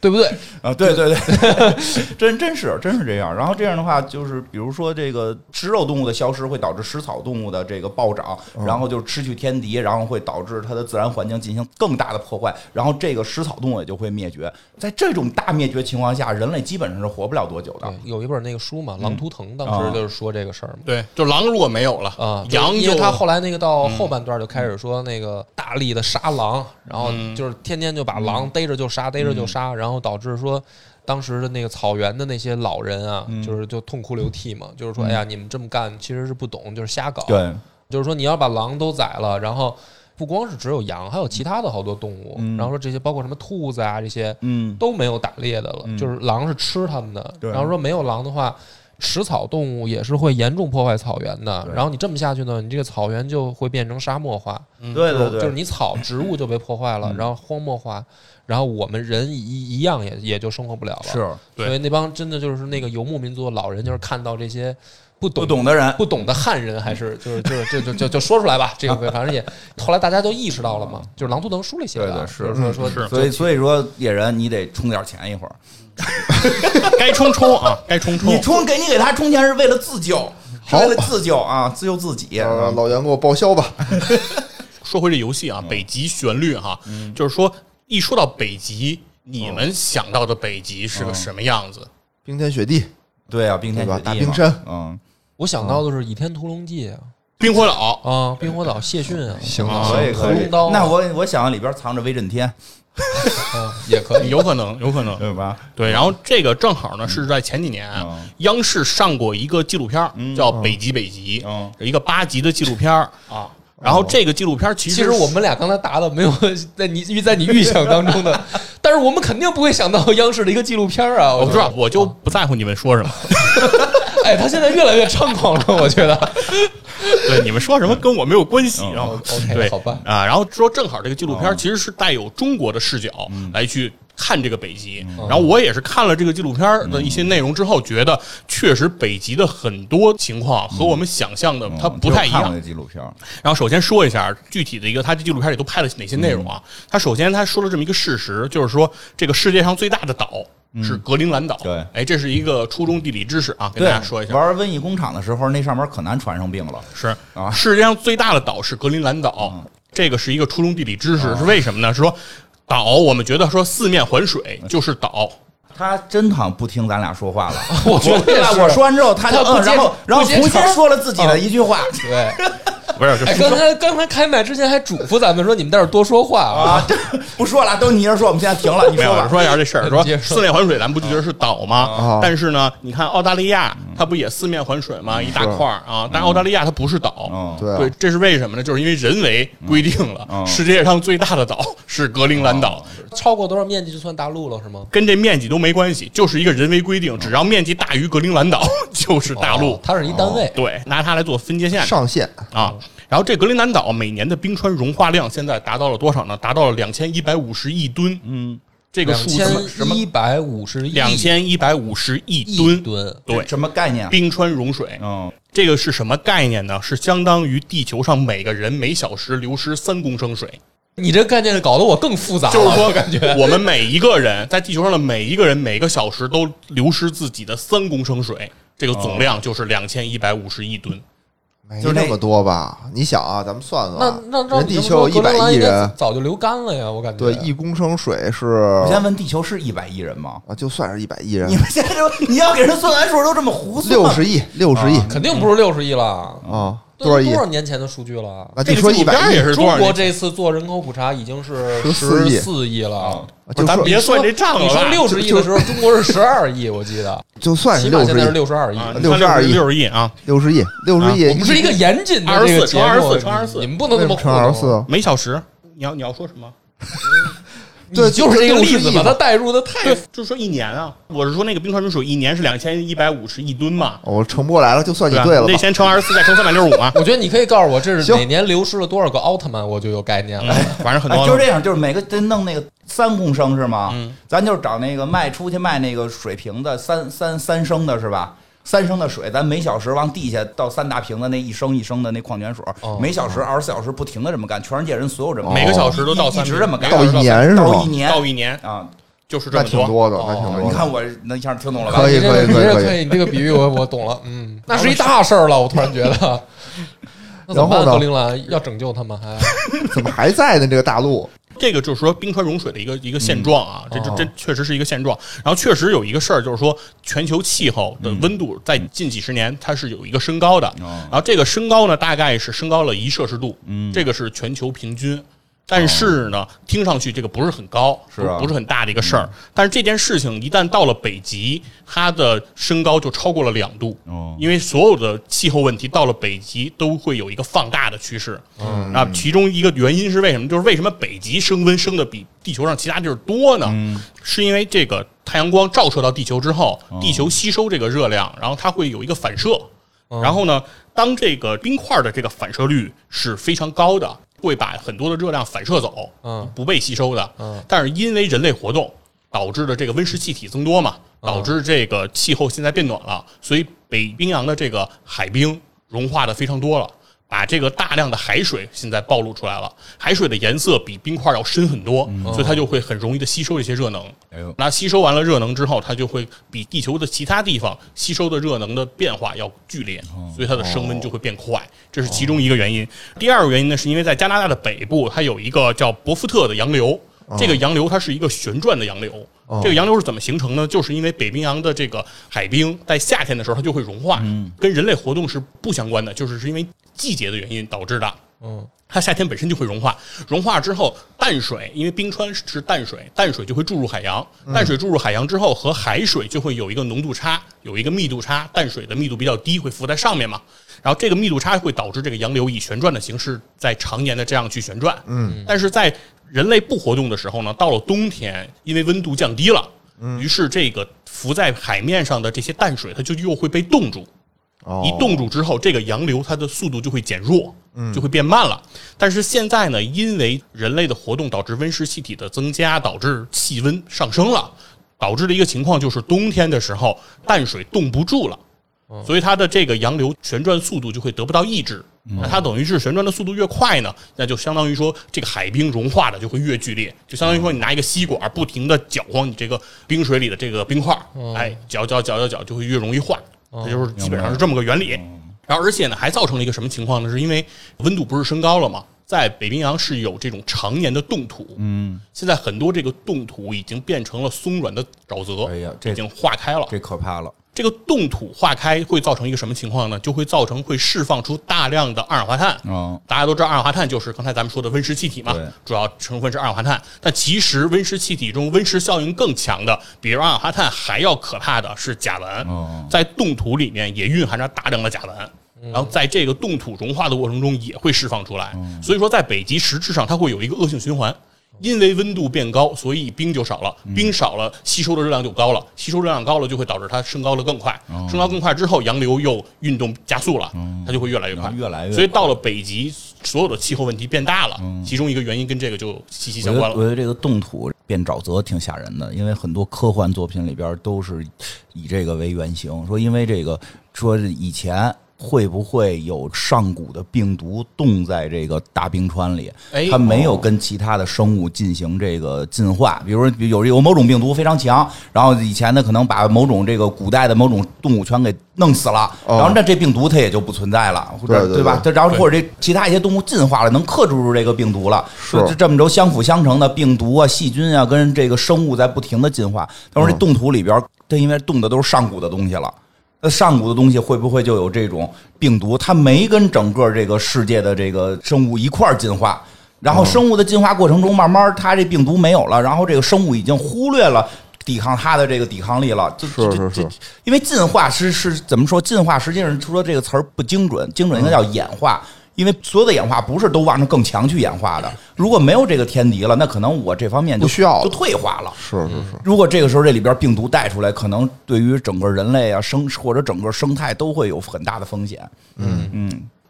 Speaker 5: 对不对？
Speaker 4: 啊，对对对， 真真是真是这样。然后这样的话，就是比如说这个食肉动物的消失会导致食草动物的这个暴涨，然后就是失去天敌，然后会导致它的自然环境进行更大的破坏，然后这个食草动物也就会灭绝。在这种大灭绝情况下，人类基本上是活不了多久的
Speaker 5: 对。，有一本那个书嘛，《
Speaker 4: 嗯
Speaker 5: 狼图腾》
Speaker 4: 哦
Speaker 5: 当时就是说这个事儿嘛。
Speaker 7: 对，就狼如果没有了
Speaker 5: 啊，就是
Speaker 7: 羊
Speaker 5: 因
Speaker 7: 就嗯
Speaker 5: 为他后来那个到后半段就开始说那个大力的杀狼，然后
Speaker 7: 嗯
Speaker 5: 就是天天就把狼逮着就杀，逮着就杀，然后导致说当时的那个草原的那些老人啊，
Speaker 7: 嗯
Speaker 5: 就是就痛哭流涕嘛，就是说哎呀，你们这么干其实是不懂，就是瞎搞。
Speaker 4: 对，
Speaker 5: 就是说你要把狼都宰了，然后不光是只有羊，还有其他的好多动物，
Speaker 7: 嗯
Speaker 5: 然后说这些包括什么兔子啊这些，
Speaker 4: 嗯
Speaker 5: 都没有打猎的了，就是狼是吃它们的，
Speaker 4: 对
Speaker 5: 然后说没有狼的话。食草动物也是会严重破坏草原的，
Speaker 4: 对
Speaker 5: 然后你这么下去呢，你这个草原就会变成沙漠化，
Speaker 4: 对对嗯对，
Speaker 5: 就是你草植物就被破坏了，然后荒漠化，然后我们人一一样也也就生活不了了。，
Speaker 4: 是
Speaker 7: 对
Speaker 5: 所以那帮真的就是那个游牧民族的老人，就是看到这些不懂
Speaker 4: 不懂的人
Speaker 5: 不懂的汉人还是就是就是这就就就说出来吧，这个反正也 后来大家都意识到了嘛，就是《狼图腾》书里写的
Speaker 4: 对对
Speaker 5: 啊，
Speaker 4: 是嗯
Speaker 5: 就是说说
Speaker 7: 是
Speaker 4: 所以所以说野人，你得充点钱一会儿。
Speaker 7: 该冲冲啊，该冲冲
Speaker 4: 你。充给你给他充钱是为了自救，是为了自救啊，自救自己。
Speaker 6: 呃，老袁给我报销吧。
Speaker 7: 说回这游戏啊，
Speaker 5: 嗯
Speaker 7: 北极旋律哈，就是说一说到北极，
Speaker 5: 嗯
Speaker 7: 你们想到的北极是个什么样子？
Speaker 6: 冰天雪地，
Speaker 4: 对啊，冰天
Speaker 6: 对吧
Speaker 4: 雪地
Speaker 6: 大冰
Speaker 4: 嘛
Speaker 6: 山
Speaker 4: 嗯，
Speaker 5: 我想到的是《倚天屠龙记》啊
Speaker 7: 冰火岛，
Speaker 5: 啊，冰火岛谢逊啊，
Speaker 6: 行
Speaker 7: 啊
Speaker 6: 行
Speaker 4: 可以
Speaker 5: 屠龙刀啊
Speaker 4: 那我我想里边藏着威震天，
Speaker 5: 嗯也可以。
Speaker 7: 有可能，有可能，
Speaker 4: 对吧？
Speaker 7: 对，然后这个正好呢是在前几年啊
Speaker 4: 嗯，
Speaker 7: 央视上过一个纪录片儿
Speaker 5: 嗯
Speaker 7: 叫《北极北极
Speaker 4: 嗯》，
Speaker 7: 一个八集的纪录片儿啊。然后这个纪录片儿其实
Speaker 5: 其实我们俩刚才答的没有在你预在你预想当中 的，但是我们肯定不会想到央视的一个纪录片啊！
Speaker 7: 我
Speaker 5: 我
Speaker 7: 不知道，，我就不在乎你们说 什么，
Speaker 5: 哎，他现在越来越猖狂了，我觉得。
Speaker 7: 对你们说什么跟我没有关系。然后
Speaker 5: 嗯 OK，
Speaker 7: 对，
Speaker 5: 好吧嗯
Speaker 7: 啊，然后说正好这个纪录片儿其实是带有中国的视角来去。看这个北极，
Speaker 5: 嗯
Speaker 7: 然后我也是看了这个纪录片儿的一些内容之后，觉得确实北极的很多情况
Speaker 5: 嗯
Speaker 7: 和我们想象的它
Speaker 4: 嗯
Speaker 7: 不太一
Speaker 4: 这
Speaker 7: 样
Speaker 4: 我看过。那纪录片儿，
Speaker 7: 然后首先说一下具体的一个，他这纪录片里都拍了哪些内容啊？他首先他说了这么一个事实，就是说这个世界上最大的岛是格陵兰岛。
Speaker 4: 对
Speaker 7: 哎，这是一个初中地理知识啊，跟
Speaker 4: 对
Speaker 7: 大家说一下。
Speaker 4: 玩瘟疫工厂的时候，那上面可难传上病了。
Speaker 7: 是
Speaker 4: 啊
Speaker 7: 世界上最大的岛是格陵兰岛，这个是一个初中地理知识，是为什么呢？是说岛，我们觉得说四面环水就是岛，
Speaker 4: 他真好像不听咱俩说话了，
Speaker 5: 我觉得
Speaker 4: 对
Speaker 5: 也
Speaker 4: 吧？
Speaker 5: 是
Speaker 4: 我说完之后，他就
Speaker 5: 他不
Speaker 4: 嗯，
Speaker 5: 接
Speaker 4: 然后然后
Speaker 5: 不接
Speaker 4: 重新
Speaker 5: 茬儿
Speaker 4: 说了自己
Speaker 7: 嗯
Speaker 4: 的一句话
Speaker 5: 对，
Speaker 7: 不是就
Speaker 5: 哎，刚才刚才开麦之前还嘱咐咱们说你们待会儿多说话
Speaker 4: 啊，这不说了，都你一人说，我们现在停了，你
Speaker 7: 没有
Speaker 4: 说
Speaker 7: 我
Speaker 4: 吧。
Speaker 7: 说一下这事儿，说
Speaker 5: 接着说
Speaker 7: 四面环水，咱们不就觉得是岛吗
Speaker 6: 啊？
Speaker 7: 但是呢，你看澳大利亚，它不也四面环水吗？一大块儿啊，但是澳大利亚它不是岛
Speaker 4: 嗯，
Speaker 6: 对啊
Speaker 7: 对，这是为什么呢？就是因为人为规定了，
Speaker 4: 嗯
Speaker 7: 世界上最大的岛是格陵兰岛，
Speaker 5: 超过多少面积就算大陆了是吗？
Speaker 7: 跟这面积都没关系，就是一个人为规定，只要面积大于格陵兰岛 就是大陆
Speaker 5: 哦，它是一单位。
Speaker 7: 对，拿它来做分界线
Speaker 6: 上限
Speaker 7: 啊。然后这格陵兰岛每年的冰川融化量现在达到了多少呢？达到了两千一百五十亿吨，嗯，这个
Speaker 5: 两
Speaker 7: 数字
Speaker 5: 千
Speaker 7: 什么？
Speaker 5: 一百五十亿
Speaker 7: 两千一百五十亿
Speaker 5: 亿
Speaker 7: 吨，
Speaker 5: 吨，
Speaker 7: 对，
Speaker 4: 什么概念？啊
Speaker 7: 冰川融水，
Speaker 4: 嗯，
Speaker 6: 哦
Speaker 7: 这个是什么概念呢？是相当于地球上每个人每小时流失三公升水，
Speaker 5: 你这概念搞得我更复杂了，
Speaker 7: 就是说，
Speaker 5: 我感觉
Speaker 7: 我们每一个人在地球上的每一个人每个小时都流失自己的三公升水，这个总量就是两千一百五十亿吨。
Speaker 6: 没
Speaker 4: 就那
Speaker 6: 那么多吧？你想啊，咱们算
Speaker 5: 那
Speaker 6: 算，
Speaker 5: 那那
Speaker 6: 人
Speaker 5: 你
Speaker 6: 地
Speaker 5: 这么
Speaker 6: 球
Speaker 5: 说
Speaker 6: 一
Speaker 5: 格
Speaker 6: 百
Speaker 5: 陵兰
Speaker 6: 亿
Speaker 5: 应该
Speaker 6: 人，
Speaker 5: 早就流干了呀，我感觉
Speaker 6: 对，一公升水是
Speaker 4: 我先问，地球是一百亿人吗？
Speaker 6: 啊，就算是一百亿人
Speaker 4: 你，们现在就你要给人算完数都这么胡算，
Speaker 6: 六十亿，六十亿
Speaker 5: 肯定不是六十亿了，
Speaker 6: 啊，
Speaker 5: 都
Speaker 6: 多少亿
Speaker 5: 多？少年前的数据了？
Speaker 6: 那
Speaker 7: 这
Speaker 6: 就
Speaker 7: 个
Speaker 6: 说
Speaker 7: 纪
Speaker 6: 一
Speaker 7: 录
Speaker 6: 百
Speaker 7: 片也
Speaker 6: 亿，
Speaker 7: 是多
Speaker 5: 中
Speaker 7: 少
Speaker 5: 国
Speaker 7: 年？
Speaker 5: 这次做人口普查已经是
Speaker 6: 14亿
Speaker 5: 四亿了，
Speaker 6: 就
Speaker 7: 咱
Speaker 6: 说
Speaker 7: 啊别算这账
Speaker 5: 你
Speaker 7: 了
Speaker 5: 说
Speaker 7: 吧。
Speaker 5: 六十亿的时候，中国是十二亿，我记 得，
Speaker 6: 就算
Speaker 5: 起
Speaker 6: 是
Speaker 5: 码
Speaker 6: 六
Speaker 5: 现在是
Speaker 6: 十亿，
Speaker 5: 六十二亿。
Speaker 7: 啊，
Speaker 6: 62亿
Speaker 7: 六十亿啊！
Speaker 6: 六十亿，六
Speaker 7: 啊
Speaker 6: 十亿，
Speaker 5: 我们是一个严谨的这个节目，
Speaker 7: 24乘24
Speaker 5: 你们不能
Speaker 6: 为
Speaker 5: 那么
Speaker 6: 什么
Speaker 5: 糊
Speaker 6: 乘二十
Speaker 5: 弄
Speaker 6: 四，
Speaker 7: 每小时，你要你要说什么？
Speaker 5: 你就是这个例子把它带入的太，
Speaker 7: 对，就是说一年啊，我是说那个冰川融水一年是两千一百五十亿吨嘛，
Speaker 6: 哦我乘不过来了，就算你
Speaker 7: 吧？
Speaker 6: 对了吧
Speaker 7: 啊那？先乘二十四，再乘三百六十五啊嘛
Speaker 5: 我觉得你可以告诉我这是
Speaker 6: 行嗯
Speaker 5: 哪年流失了多少个奥特曼，我就有概念了。
Speaker 7: 嗯反正很
Speaker 4: 哎
Speaker 7: 多。嗯
Speaker 4: 就是这样，就是每个得弄那个三公升是吗？咱就是找那个卖出去卖那个水瓶子，三三三升的是吧？三升的水，咱每小时往地下倒三大瓶子，那一升一升的那矿泉水，
Speaker 5: 哦
Speaker 4: 每小时二十四小时不停的这么干，全世界人所有这么干
Speaker 7: 每个小时都
Speaker 4: 一
Speaker 7: 到
Speaker 4: 一
Speaker 7: 三
Speaker 4: 直这么干，
Speaker 6: 到一年是吗？
Speaker 4: 到一年
Speaker 7: 到一年
Speaker 4: 啊！
Speaker 7: 就是这
Speaker 6: 那
Speaker 7: 么
Speaker 6: 挺多的，那挺
Speaker 5: 哦
Speaker 6: 多的。
Speaker 4: 你看我那一下听懂了吧？
Speaker 6: 可以
Speaker 5: 你这个
Speaker 6: 可以
Speaker 5: 你这个
Speaker 6: 可以
Speaker 5: 可以，你这个比喻我我懂了，嗯，那是一大事儿了，我突然觉得。 那怎么办
Speaker 6: 然后呢
Speaker 5: 格陵兰要拯救他们还？哎
Speaker 6: 怎么还在呢？这个大陆
Speaker 7: 这个就是说冰川融水的一个一个现状
Speaker 4: 嗯
Speaker 7: 啊，这这
Speaker 4: 哦
Speaker 7: 这确实是一个现状。然后确实有一个事儿，就是说全球气候的温度在近几十年它是有一个升高的，
Speaker 4: 哦
Speaker 7: 然后这个升高呢大概是升高了一摄氏度，
Speaker 4: 嗯
Speaker 7: 这个是全球平均。但是呢，听上去这个不是很高，
Speaker 4: 哦是啊
Speaker 7: 不不是很大的一个事儿。但是这件事情一旦到了北极，它的升高就超过了两度，因为所有的气候问题到了北极都会有一个放大的趋势。嗯啊，其中一个原因是为什么？就是为什么北极升温升的比地球上其他地儿多呢？是因为这个太阳光照射到地球之后，地球吸收这个热量，然后它会有一个反射。
Speaker 5: 嗯
Speaker 7: 然后呢，当这个冰块的这个反射率是非常高的，会把很多的热量反射走，
Speaker 5: 嗯
Speaker 7: 不被吸收的。
Speaker 5: 嗯
Speaker 7: 但是因为人类活动导致的这个温室气体增多嘛，
Speaker 5: 嗯
Speaker 7: 导致这个气候现在变暖了，所以北冰洋的这个海冰融化的非常多了。把这个大量的海水现在暴露出来了，海水的颜色比冰块要深很多，
Speaker 5: 嗯
Speaker 7: 所以它就会很容易的吸收这些热能。
Speaker 4: 哎呦
Speaker 7: 那吸收完了热能之后，它就会比地球的其他地方吸收的热能的变化要剧烈，
Speaker 4: 哦
Speaker 7: 所以它的升温就会变快，这是其中一个原因。第二个原因呢，是因为在加拿大的北部，它有一个叫伯福特的洋流，
Speaker 4: 哦
Speaker 7: 这个洋流它是一个旋转的洋流。这个洋流是怎么形成呢？就是因为北冰洋的
Speaker 4: 嗯
Speaker 7: 这个海冰在夏天的时候它就会融化，跟人类活动是不相关的，就是是因为季节的原因导致的。
Speaker 5: 嗯，
Speaker 7: 它夏天本身就会融化，融化之后淡水，因为冰川是淡水，淡水就会注入海洋，淡水注入海洋之后和海水就会有一个浓度差，有一个密度差，淡水的密度比较低，会浮在上面嘛。然后这个密度差会导致这个洋流以旋转的形式在常年的这样去旋转，嗯，但是在人类不活动的时候呢，到了冬天，因为温度降低了，于是这个浮在海面上的这些淡水，它就又会被冻住，
Speaker 6: 哦
Speaker 7: 一冻住之后，这个洋流它的速度就会减弱，就会变慢了。但是现在呢，因为人类的活动导致温室气体的增加，导致气温上升了，导致的一个情况就是冬天的时候淡水冻不住了。所以它的这个洋流旋转速度就会得不到抑制，
Speaker 4: 嗯
Speaker 7: 那它等于是旋转的速度越快呢，那就相当于说这个海冰融化的就会越剧烈，就相当于说你拿一个吸管不停的搅晃你这个冰水里的这个冰块，
Speaker 4: 嗯
Speaker 7: 哎，搅搅搅搅搅就会越容易化，它就是基本上是这么个原理。
Speaker 4: 嗯
Speaker 7: 然后而且呢，还造成了一个什么情况呢？是因为温度不是升高了吗？在北冰洋是有这种常年的冻土，嗯，现在很多这个冻土已经变成了松软的沼泽，
Speaker 4: 哎呀这
Speaker 7: 已经化开了，
Speaker 4: 这可怕了。
Speaker 7: 这个冻土化开会造成一个什么情况呢？就会造成会释放出大量的二氧化碳。
Speaker 4: 嗯
Speaker 7: 大家都知道二氧化碳就是刚才咱们说的温室气体嘛
Speaker 4: 对，
Speaker 7: 主要成分是二氧化碳。但其实温室气体中温室效应更强的，比二氧化碳还要可怕的是甲烷，
Speaker 4: 哦
Speaker 7: 在冻土里面也蕴含着大量的甲烷。
Speaker 4: 嗯
Speaker 7: 然后在这个冻土融化的过程中也会释放出来，
Speaker 4: 嗯
Speaker 7: 所以说在北极实质上它会有一个恶性循环，因为温度变高，所以冰就少了，
Speaker 4: 嗯
Speaker 7: 冰少了，吸收的热量就高了，吸收热量高了就会导致它升高的更快，
Speaker 4: 哦
Speaker 7: 升高更快之后，洋流又运动加速了，它就会越来越快，
Speaker 4: 越来越嗯
Speaker 7: 所以到了北极，所有的气候问题变大了，其中一个原因跟这个就息息
Speaker 4: 我
Speaker 7: 相
Speaker 4: 觉
Speaker 7: 关
Speaker 4: 得，我
Speaker 7: 了。
Speaker 4: 觉得这个冻土变沼泽挺吓人的，因为很多科幻作品里边都是以这个为原型，说因为这个，说是以前会不会有上古的病毒冻在这个大冰川里？
Speaker 7: 哎
Speaker 4: 它没有跟其他的生物进行这个进化，比如说有有某种病毒非常强，然后以前呢可能把某种这个古代的某种动物全给弄死了，然后那这病毒它也就不存在了，或者
Speaker 6: 哦对对
Speaker 4: 吧？
Speaker 6: 对
Speaker 4: 它然后或者这其他一些动物进化了，能克制住这个病毒了，
Speaker 6: 是
Speaker 4: 就这么着相辅相成的病毒啊、细菌啊，跟这个生物在不停的进化。但
Speaker 6: 嗯
Speaker 4: 是这冻土里边，它因为冻的都是上古的东西了。那上古的东西会不会就有这种病毒？它没跟整个这个世界的这个生物一块儿进化，然
Speaker 6: 嗯
Speaker 4: 后生物的进化过程中，慢慢它这病毒没有了，然后这个生物已经忽略了抵抗它的这个抵抗力了。这这
Speaker 6: 是
Speaker 4: 这
Speaker 6: 是
Speaker 4: 这
Speaker 6: 是，
Speaker 4: 因为进化是是怎么说？进化实际上说这个词儿不精准，精准应该叫演化。因为所有的演化不是都往着更强去演化的，如果没有这个天敌了，那可能我这方面就
Speaker 6: 不需要了
Speaker 4: 就退化了。
Speaker 6: 是是是，
Speaker 4: 如果这个时候这里边病毒带出来，可能对于整个人类啊生或者整个生态都会有很大的风险。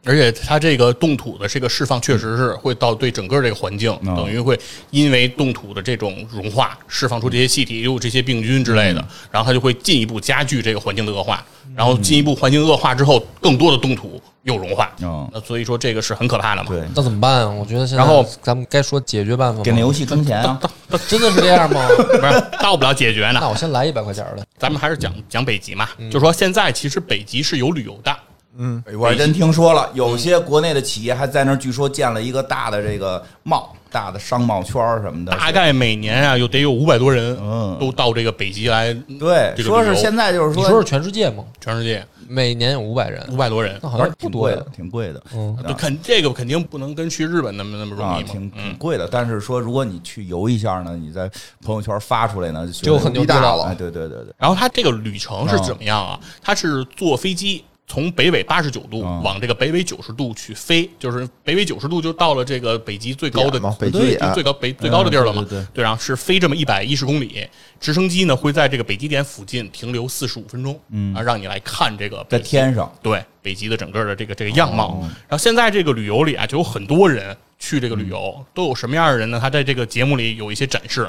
Speaker 7: 而且它这个冻土的这个释放，确实是会到对整个这个环境，
Speaker 4: 嗯
Speaker 7: 等于会因为冻土的这种融化，释放出这些气体，又有这些病菌之类的，
Speaker 4: 嗯
Speaker 7: 然后它就会进一步加剧这个环境的恶化，然后进一步环境恶化之后，更多的冻土又融化
Speaker 4: 嗯，
Speaker 7: 那所以说这个是很可怕的嘛。
Speaker 4: 对
Speaker 5: 那怎么办啊？我觉得现在
Speaker 7: 然后
Speaker 5: 咱们该说解决办法吗
Speaker 4: 给那游戏充钱啊，
Speaker 5: 真的是这 样吗？
Speaker 7: 不是到不了解决呢
Speaker 5: 那，我先来一百块钱的。
Speaker 7: 咱们还是讲
Speaker 4: 嗯
Speaker 7: 讲北极嘛，就说现在其实北极是有旅游的，
Speaker 4: 我还真听说了，有些国内的企业还在那儿，据说建了一个大的这个贸大的商贸圈儿什么的。
Speaker 7: 大概每年啊有得有五百多人
Speaker 4: 嗯
Speaker 7: 都到这个北极来，
Speaker 4: 对，
Speaker 7: 这个
Speaker 4: 说
Speaker 7: 旅
Speaker 4: 是
Speaker 7: 游
Speaker 4: 现在就是
Speaker 5: 你
Speaker 4: 说，
Speaker 5: 说是全世界吗？
Speaker 7: 全世界
Speaker 5: 每年有五百人，
Speaker 7: 五百多人
Speaker 5: 那，好
Speaker 4: 反
Speaker 5: 像
Speaker 4: 正
Speaker 5: 不
Speaker 4: 挺
Speaker 5: 多
Speaker 4: 贵
Speaker 5: 呀
Speaker 4: 呃的，挺贵的，
Speaker 5: 嗯
Speaker 7: 就肯这个肯定不能跟去日本那么那么
Speaker 4: 啊
Speaker 7: 容，易
Speaker 4: 挺
Speaker 7: 嘛。嗯
Speaker 4: 挺贵的。但是说，如果你去游一下呢，你在朋友圈发出来呢，
Speaker 5: 就很牛逼
Speaker 4: 大
Speaker 5: 了
Speaker 4: 哎，对对对对，
Speaker 7: 然后它这个旅程是怎么样啊？它是坐飞机。从北纬八十九度
Speaker 4: 嗯
Speaker 7: 往这个北纬九十度去飞，就是北纬九十度就到了这个北极最高的
Speaker 6: 点嘛北极
Speaker 7: 对
Speaker 6: 点
Speaker 7: 就最高北最高的地儿了嘛。
Speaker 4: 嗯对对对
Speaker 7: 然后是飞这么一百一十公里，直升机呢会在这个北极点附近停留四十五分钟，嗯啊，让你来看这个
Speaker 4: 在
Speaker 7: 北极
Speaker 4: 天上，
Speaker 7: 对北极的整个的这个这个样貌。
Speaker 4: 哦
Speaker 7: 然后现在这个旅游里啊，就有很多人去这个旅
Speaker 4: 嗯
Speaker 7: 游，都有什么样的人呢？他在这个节目里有一些展示，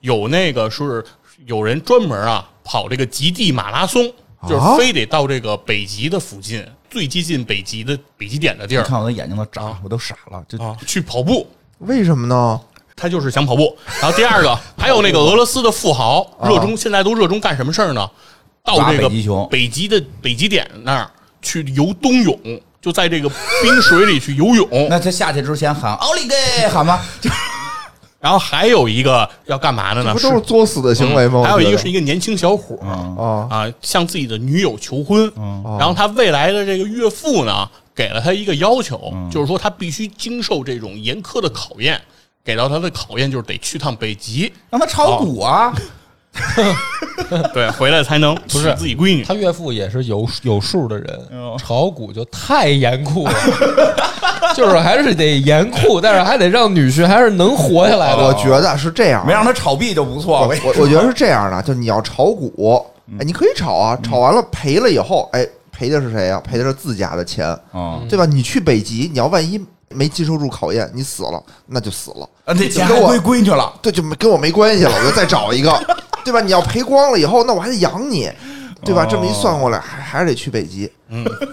Speaker 7: 有那个是有人专门啊跑这个极地马拉松，
Speaker 4: 啊
Speaker 7: 就是非得到这个北极的附近最接近北极的北极点的地
Speaker 4: 你
Speaker 7: 儿
Speaker 4: 看我的眼睛都眨，我都傻了，这
Speaker 7: 啊去跑步。
Speaker 6: 为什么呢？
Speaker 7: 他就是想跑步。然后第二 个，还有那个俄罗斯的富豪，热
Speaker 6: 啊
Speaker 7: 衷现在都热衷干什么事儿呢？到这
Speaker 4: 抓
Speaker 7: 个
Speaker 4: 北极熊
Speaker 7: 北极的北极点那儿去游冬泳，就在这个冰水里去 游泳。
Speaker 4: 那他下去之前喊奥利给喊吗？就
Speaker 7: 然后还有一个要干嘛的呢？
Speaker 6: 不都是作死的行为吗？
Speaker 7: 啊嗯还有一个是
Speaker 6: 我
Speaker 7: 一个年轻小伙儿
Speaker 6: 觉得啊，嗯哦
Speaker 7: 嗯啊，向自己的女友求婚，然后他未来的这个岳父呢，给了他一个要求，
Speaker 6: 嗯
Speaker 7: 就是说他必须经受这种严苛的考验。给到他的考验就是得去趟北极，
Speaker 4: 让他炒股啊，
Speaker 7: 对，回来才能不
Speaker 5: 是
Speaker 7: 自己闺女。
Speaker 4: 啊
Speaker 5: 他岳父也是有有数的人，炒股就太严酷了， 就是还是得严酷，但是还得让女婿还是能活下来的。
Speaker 6: 哎我觉得是这样
Speaker 4: 没
Speaker 6: 的，
Speaker 4: 让他炒币就不错。
Speaker 6: 啊我
Speaker 4: 了。嗯
Speaker 6: 我我觉得是这样的，就你要炒股，哎，你可以炒啊，炒完了赔了以后，哎，赔的是谁呀、赔的是自家的钱，
Speaker 4: 啊，
Speaker 7: 嗯
Speaker 6: 对吧？你去北极，你要万一没经受住考验，你死了，那就死了，
Speaker 4: 啊那钱
Speaker 6: 给
Speaker 4: 还
Speaker 6: 我
Speaker 4: 归闺女了，
Speaker 6: 对，就没跟我没关系了，我就再找 一个，对吧？你要赔光了以后，那我还得养你，对吧？这么一算过来，还还是得去北极。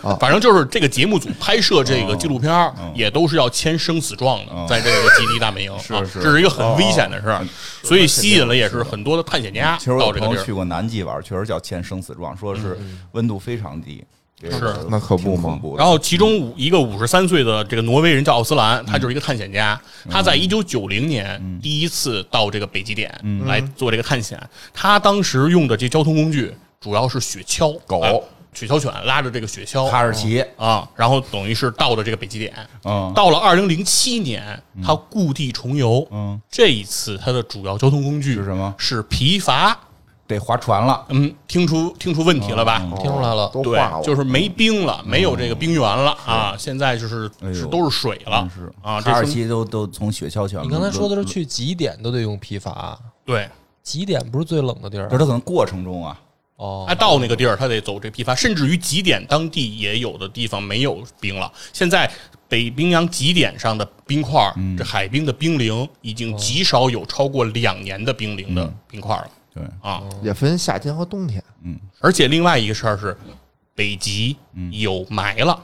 Speaker 6: 啊
Speaker 7: 反正就是这个节目组拍摄这个纪录片
Speaker 4: 啊
Speaker 7: 儿，也都是要签生死状的，在这个极地大本营，
Speaker 4: 是
Speaker 7: 啊
Speaker 4: 是啊
Speaker 7: 这是一个很危险的事儿，所以吸引了也是很多的探险家
Speaker 4: 其实我
Speaker 7: 到
Speaker 4: 有
Speaker 7: 这
Speaker 4: 朋
Speaker 7: 个地
Speaker 4: 友
Speaker 7: 儿
Speaker 4: 去。过南极玩，确实叫签生死状，说是温度非常低，这个
Speaker 7: 是
Speaker 6: 那可不
Speaker 4: 挺
Speaker 6: 嘛
Speaker 4: 恐怖的
Speaker 7: 然后其中五一个五十三岁的这个挪威人叫奥斯兰，他就是一个探险家。
Speaker 4: 嗯
Speaker 7: 他在一九九零年第一次到这个北极点
Speaker 4: 嗯
Speaker 7: 来做这个探险。他当时用的这交通工具主要是雪橇
Speaker 4: 狗
Speaker 7: 哎雪橇犬拉着这个雪橇，
Speaker 4: 哈士奇
Speaker 7: 啊，然后等于是到了这个北极点，
Speaker 4: 嗯
Speaker 7: 到了二零零七年，他故地重游，
Speaker 4: 嗯，
Speaker 7: 这一次他的主要交通工具
Speaker 4: 是什么
Speaker 7: 是皮筏，
Speaker 4: 得划船了，
Speaker 7: 嗯，听出听出问题了吧？
Speaker 4: 嗯
Speaker 5: 听出来了，
Speaker 6: 哦都
Speaker 7: 对
Speaker 6: 化，了，
Speaker 7: 就是没冰了，没有这个冰原了啊！现在就是
Speaker 4: 哎呦
Speaker 7: 是都是水了
Speaker 4: 真是
Speaker 7: 啊！这
Speaker 4: 哈
Speaker 7: 说
Speaker 4: 士
Speaker 7: 明
Speaker 4: 奇都都从雪橇犬。
Speaker 5: 你刚才说的是去极点都得用啊皮筏，
Speaker 7: 对，
Speaker 5: 极点不是最冷的地儿
Speaker 4: 就是他可能过程中啊，
Speaker 5: 哦
Speaker 7: 他。到那个地儿，他得走这批发，甚至于极点当地也有的地方没有冰了。现在北冰洋极点上的冰块儿，
Speaker 4: 嗯
Speaker 7: 这海冰的冰凌已经极少有超过两年的冰凌
Speaker 4: 嗯
Speaker 7: 的冰块了
Speaker 4: 对，
Speaker 7: 啊！
Speaker 6: 也分夏天和冬天
Speaker 7: 而且另外一个事儿是，北极有霾了，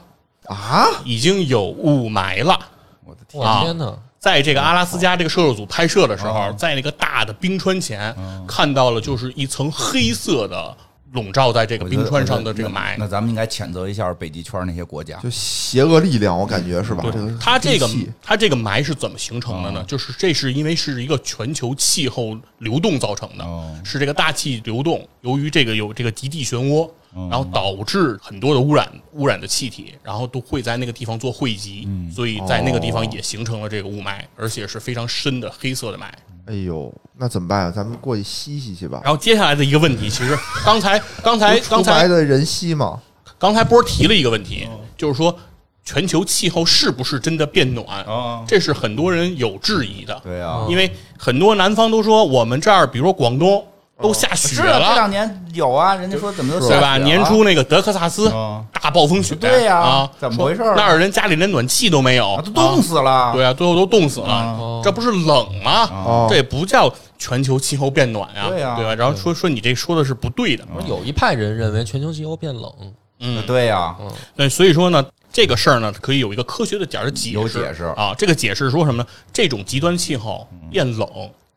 Speaker 6: 啊。
Speaker 7: 已经有雾霾了。
Speaker 4: 我的天，
Speaker 5: 我
Speaker 7: 啊
Speaker 5: 的天哪！
Speaker 7: 在这个阿拉斯加这个摄制组拍摄的时
Speaker 4: 哦
Speaker 7: 候，在那个大的冰川前看到了，就是一层黑色的笼罩在这个
Speaker 4: 我觉得
Speaker 7: 冰川上的这个
Speaker 4: 那
Speaker 7: 霾
Speaker 4: 那。咱们应该谴责一下北极圈那些国家
Speaker 6: 就邪恶力量，我感觉是吧？这
Speaker 7: 对
Speaker 6: 个，
Speaker 7: 啊它这个
Speaker 6: 黑气啊
Speaker 7: 它这个霾是怎么形成的呢？就是这是因为是一个全球气候流动造成的
Speaker 4: 哦，
Speaker 7: 是这个大气流动，由于这个有这个极地漩涡，
Speaker 6: 嗯
Speaker 7: 然后导致很多的污染污染的气体，然后都会在那个地方做汇集，
Speaker 6: 嗯
Speaker 7: 所以在那个地
Speaker 6: 哦
Speaker 7: 方也形成了这个雾霾，而且是非常深的黑色的霾。
Speaker 6: 哎呦，那怎么办啊？咱们过去吸吸去吧。
Speaker 7: 然后接下来的一个问题，其实刚 才刚才
Speaker 6: 出
Speaker 7: 刚
Speaker 6: 白
Speaker 7: 才
Speaker 6: 的哦人吸嘛，
Speaker 7: 刚才波儿提了一个问题，就是说全球气候是不是真的变暖？
Speaker 4: 啊。
Speaker 6: 哦
Speaker 7: 这是很多人有质疑的，
Speaker 4: 对啊，
Speaker 7: 因为很多南方都说我们这儿，比如说广东都下雪
Speaker 4: 是啊，这两
Speaker 7: 了，
Speaker 4: 年有啊，人家说怎么都下雪
Speaker 7: 对吧？
Speaker 4: 了
Speaker 7: 年初那个德克萨斯
Speaker 4: 嗯
Speaker 7: 大暴风雪，
Speaker 4: 对呀
Speaker 7: 啊，
Speaker 4: 怎么回事儿
Speaker 7: 说那儿人家里连暖气都没有
Speaker 4: 啊，都冻死了，
Speaker 7: 对啊，最后都冻死了
Speaker 5: 啊，
Speaker 7: 这不是冷吗
Speaker 6: 哦？
Speaker 7: 这也不叫全球气候变暖啊，
Speaker 4: 啊对啊
Speaker 7: 对吧？然后说说你这说的是不对的，
Speaker 5: 不是有一派人认为全球气候变冷，
Speaker 7: 嗯，
Speaker 4: 对啊呀，
Speaker 7: 那呃所以说呢，这个事儿呢，可以有一个科学的点儿的解释。
Speaker 4: 有解释
Speaker 7: 啊，这个解释说什么呢？这种极端气候变冷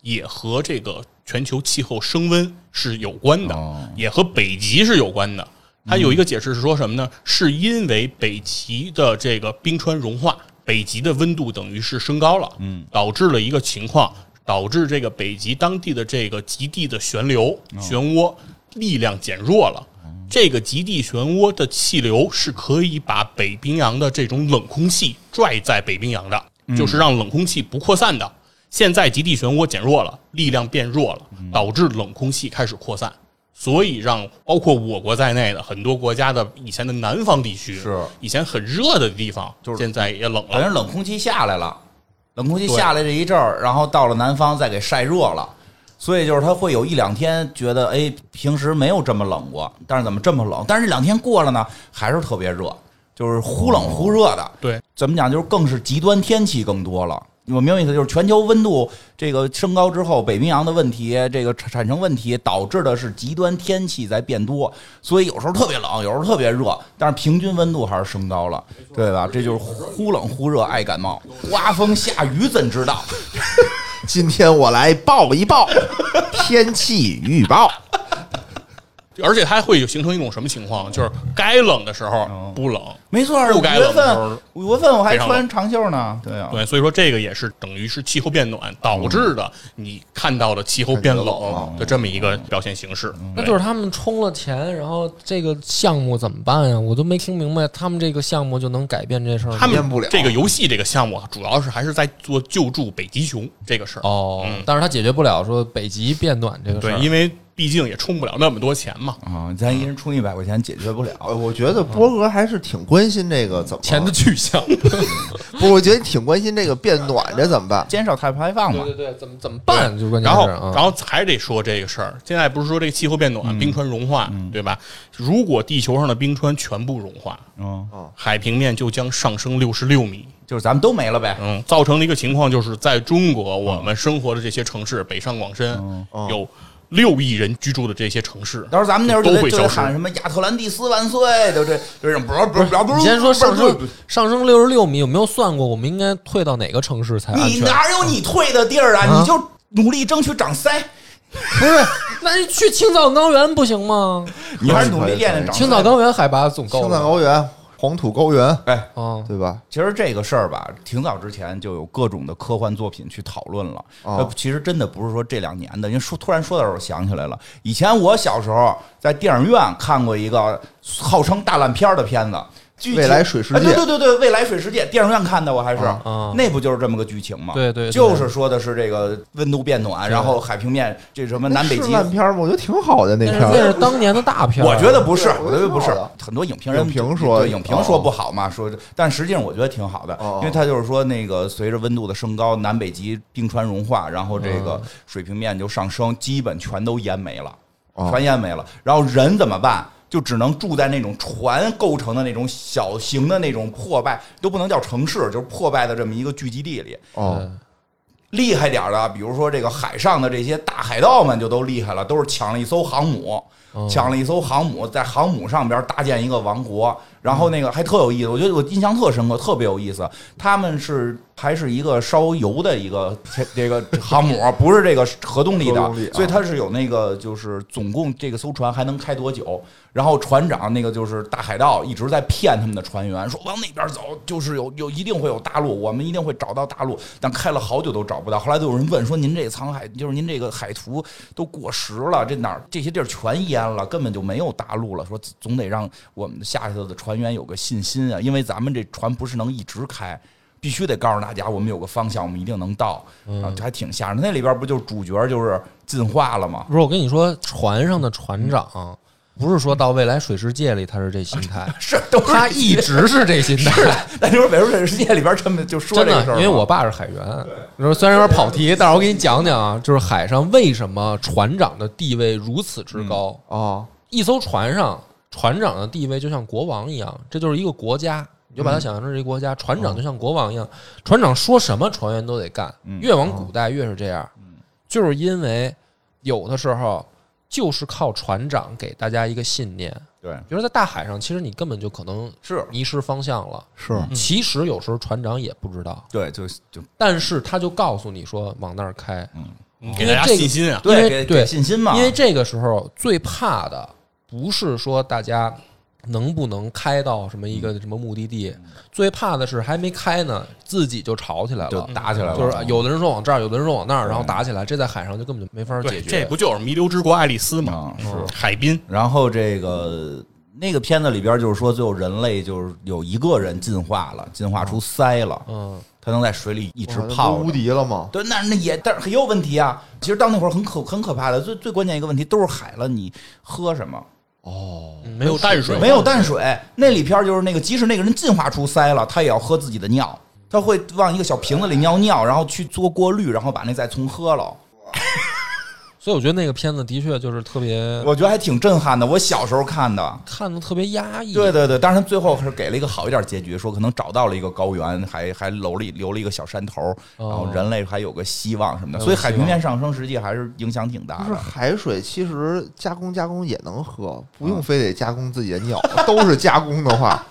Speaker 7: 也和这个全球气候升温是有关的，
Speaker 4: 哦
Speaker 7: 也和北极是有关的。它有一个解释是说什么呢？是因为北极的这个冰川融化，北极的温度等于是升高了，嗯，导致了一个情况，导致这个北极当地的这个极地的旋流、漩涡力量减弱了。这个极地漩涡的气流是可以把北冰洋的这种冷空气拽在北冰洋的，就是让冷空气不扩散的。现在极地漩涡减弱了，力量变弱了，导致冷空气开始扩散，所以让包括我国在内的很多国家的以前的南方地区，
Speaker 4: 是
Speaker 7: 以前很热的地方，
Speaker 4: 就是
Speaker 7: 现在也冷
Speaker 5: 哎
Speaker 4: 等于
Speaker 7: 了。
Speaker 4: 冷空气下来了，冷空气下来这一阵儿，然后到了南方再给晒热了，所以就是它会有一两天觉得，哎，平时没有这么冷过，但是怎么这么冷？但是这两天过了呢，还是特别热，就是忽冷忽热的。
Speaker 7: 对，
Speaker 4: 怎么讲？就是更是极端天气更多了。我明白意思，就是全球温度这个升高之后，北冰洋的问题这个产产生问题，导致的是极端天气在变多，所以有时候特别冷，有时候特别热，但是平均温度还是升高了，对吧？这就是忽冷忽热，爱感冒。刮风下雨怎知道？
Speaker 6: 今天我来报一报天气预报。
Speaker 7: 而且它会有形成一种什么情
Speaker 5: 嗯
Speaker 7: 况，就是该冷的时候
Speaker 5: 哦
Speaker 4: 嗯
Speaker 7: 不冷，
Speaker 4: 没错儿，
Speaker 7: 不
Speaker 4: 五
Speaker 7: 该冷的
Speaker 4: 月
Speaker 7: 时候
Speaker 4: 份五月份我还
Speaker 7: 非常冷
Speaker 4: 穿长袖呢，对啊，
Speaker 7: 对，所以说这个也是等于是气候变暖导致的，
Speaker 5: 嗯
Speaker 7: 你看到的气候变冷的这么一个表现形式。
Speaker 5: 哦嗯那
Speaker 7: 对
Speaker 5: 就是他们充了钱，然后这个项目怎么办呀？我都没听明白，他们这个项目就能改变这事儿吗？
Speaker 7: 他
Speaker 6: 变不
Speaker 7: 们
Speaker 6: 了
Speaker 7: 这个游戏这个项目啊，主要是还是在做救助北极熊这个事儿。
Speaker 5: 哦，但是他解决不了说北极变暖这个事
Speaker 7: 对
Speaker 5: 儿，，
Speaker 7: 因为毕竟也充不了那么多钱嘛。
Speaker 4: 啊，咱一人充一百块钱解决不了，
Speaker 6: 啊我觉得波哥还是挺关心这个怎么
Speaker 5: 钱的 去向。
Speaker 6: 不是，我觉得你挺关心这个变暖这怎么办？
Speaker 4: 减少碳排放嘛
Speaker 5: 对，对对，怎么怎么办？就关键
Speaker 7: 然
Speaker 5: 是
Speaker 7: 后，
Speaker 5: 啊
Speaker 7: 然后还是得说这个事儿。现在不是说这个气候变
Speaker 5: 嗯
Speaker 7: 暖，冰川融化，对吧？如果地球上的冰川全部融化，
Speaker 4: 嗯，
Speaker 5: 哦
Speaker 7: 海平面就将上升六十六米。
Speaker 4: 就是咱们都没了呗，
Speaker 7: 嗯，造成的一个情况就是，在中国我们生活的这些城市，北上广深
Speaker 5: 哦
Speaker 7: 有六亿人居住的这些城市，
Speaker 4: 到时候咱们那时候就
Speaker 7: 都
Speaker 4: 得
Speaker 7: 会
Speaker 4: 就
Speaker 7: 消
Speaker 4: 得
Speaker 7: 失
Speaker 4: 喊什么亚特兰蒂斯万岁，就这就这种，不是不是不是，
Speaker 5: 你先说上
Speaker 4: 不是
Speaker 5: 升上升六十六米，有没有算过我们应该退到哪个城市才安
Speaker 4: 你
Speaker 5: 全？
Speaker 4: 哪有你退的地儿啊？
Speaker 5: 啊
Speaker 4: 你就努力争取长腮，
Speaker 5: 那你去青藏高原不行吗？
Speaker 4: 你还是努力练练长
Speaker 5: 青藏
Speaker 4: 腮。
Speaker 5: 高原海拔总高
Speaker 6: 青
Speaker 5: 了，
Speaker 6: 藏高原、黄土高原，
Speaker 4: 哎，
Speaker 5: 啊，
Speaker 6: 对吧？
Speaker 4: 其实这个事儿吧，挺早之前就有各种的科幻作品去讨论了。
Speaker 6: 哦
Speaker 4: 呃其实真的不是说这两年的，因为说突然说到这儿，我想起来了。以前我小时候在电影院看过一个号称大烂片儿的片子，剧情
Speaker 6: 未来水世界
Speaker 4: 哎对对对对，未来水世界，电影院看的，我还是、
Speaker 5: 啊
Speaker 4: 那不就是这么个剧情吗？
Speaker 5: 对对对
Speaker 4: 就是说的是这个温度变暖，然后海平面这什么南北
Speaker 6: 是
Speaker 4: 极。
Speaker 6: 烂片儿吗？我觉得挺好的那
Speaker 5: 那是
Speaker 6: 片
Speaker 7: 嗯
Speaker 5: 那
Speaker 6: 儿
Speaker 5: 是当年的大片儿，
Speaker 4: 我觉得不是，
Speaker 6: 对我
Speaker 4: 我
Speaker 6: 觉
Speaker 4: 觉
Speaker 6: 得
Speaker 4: 得不是
Speaker 6: 挺好的，
Speaker 4: 很多影评人
Speaker 6: 影评说
Speaker 4: 对影评说
Speaker 6: 哦
Speaker 4: 不好嘛，说，但实际上我觉得挺好的
Speaker 6: 哦，
Speaker 4: 因为他就是说那个随着温度的升高，南北极冰川融化，然后这
Speaker 6: 嗯
Speaker 4: 个水平面就上升，基本全都淹没了，
Speaker 6: 哦
Speaker 4: 全淹没了。然后人怎么办？就只能住在那种船构成的那种小型的那种破败，都不能叫城市，就是破败的这么一个聚集地里。
Speaker 7: 嗯
Speaker 6: 哦，
Speaker 4: 厉害点儿的，比如说这个海上的这些大海盗们就都厉害了，都是抢了一艘航母，抢了一艘航母，在航母上边搭建一个王国，然后那个还特有意思，我觉得我印象特深刻，特别有意思。他们是还是一个烧油的一个这个航母，不是这个合同里
Speaker 6: 合
Speaker 4: 的
Speaker 6: 同里啊，
Speaker 4: 所以它是有那个就是总共这个艘船还能开多久，然后船长那个就是大海盗一直在骗他们的船员，说往那边走，就是有有一定会有大陆，我们一定会找到大陆，但开了好久都找不到。后来都有人问说，您这沧海就是您这个海图都过时了，这哪儿这些地儿全淹了，根本就没有大陆了。说总得让我们下头的船员有个信心啊，因为咱们这船不是能一直开。必须得告诉大家，我们有个方向，我们一定能到。啊，还挺吓人的。那里边不就是主角就是进化了吗？
Speaker 5: 不是，我跟你说，船上的
Speaker 4: 嗯
Speaker 5: 船长不是说到未来水世界里他是这心态，
Speaker 4: 是，都是
Speaker 5: 他一直是这心态。
Speaker 4: 那就是《美术水世界》里边这么就说
Speaker 5: 真
Speaker 4: 这个
Speaker 5: 的
Speaker 4: 事儿，吗，
Speaker 5: 因为我爸是海员，说虽然有点跑题，但是我给你讲讲啊，就是海上为什么船长的地位如此
Speaker 4: 嗯
Speaker 5: 之高？
Speaker 6: 哦，
Speaker 5: 一艘船上船长的地位就像国王一样，这就是一个国家，你就把它
Speaker 4: 嗯
Speaker 5: 想象成是一个国家，船
Speaker 4: 哦
Speaker 5: 长就像国王一样，船长说什么船员都得干，
Speaker 4: 嗯
Speaker 5: 越
Speaker 4: 哦
Speaker 5: 往古代越是这样，就是因为有的时候就是靠船长给大家一个信念，
Speaker 4: 对
Speaker 5: 比如在大海上，其实你根本就可能
Speaker 4: 是
Speaker 5: 迷失方向了，
Speaker 6: 是
Speaker 5: 其实有时候船长也不知道，
Speaker 4: 对，就就
Speaker 5: 但是他就告诉你说往那儿开，
Speaker 7: 给大家信心啊！
Speaker 5: 因为
Speaker 4: 嗯给
Speaker 5: 对
Speaker 4: 给信心嘛，
Speaker 5: 因为这个时候最怕的不是说大家能不能开到什么一
Speaker 4: 嗯
Speaker 5: 个什么目的地，最怕的是还没开呢，自己就吵起来
Speaker 4: 就
Speaker 5: 了。
Speaker 7: 嗯
Speaker 4: 打起来了，嗯
Speaker 5: 就是啊有的人说往这儿，有的人说往那儿，然后打起来，这在海上就根本就没法解
Speaker 7: 对，
Speaker 5: 决。
Speaker 7: 这不就是弥留之国爱丽丝吗嗯
Speaker 4: 啊？是。
Speaker 7: 海滨
Speaker 4: 然后这个那个片子里边就是说，最后人类就是有一个人进化了，进化出鳃了，
Speaker 5: 嗯，
Speaker 4: 他能在水里一直
Speaker 6: 哇那
Speaker 4: 泡
Speaker 6: 都
Speaker 4: 着
Speaker 6: 无敌了吗？
Speaker 4: 对，那那也，但是也有问题啊。其实到那会儿很可很可怕的，最最关键一个问题都是海了，你喝什么？
Speaker 5: 嗯
Speaker 7: 没
Speaker 5: 没
Speaker 7: 有淡水，
Speaker 4: 没有淡水。那里片儿就是那个，即使那个人进化出鳃了，他也要喝自己的尿，他会往一个小瓶子里尿尿，然后去做过滤，然后把那再重喝了。
Speaker 5: 所以我觉得那个片子的确就是特别
Speaker 4: 我觉得还挺震撼的，我小时候看的。
Speaker 5: 看的特别压抑。
Speaker 4: 对对对，但是他最后还是给了一个好一点结局，说可能找到了一个高原，还还留了一留了一个小山头，然后人类还有个希望什么的。
Speaker 5: 哦还有
Speaker 4: 所以海平
Speaker 5: 希
Speaker 4: 面上升实际还是影响挺大
Speaker 6: 不是
Speaker 4: 的。
Speaker 6: 啊海水，其实加工加工也能喝，不
Speaker 5: 啊
Speaker 6: 用非得加工自己的尿， 都是加工的话，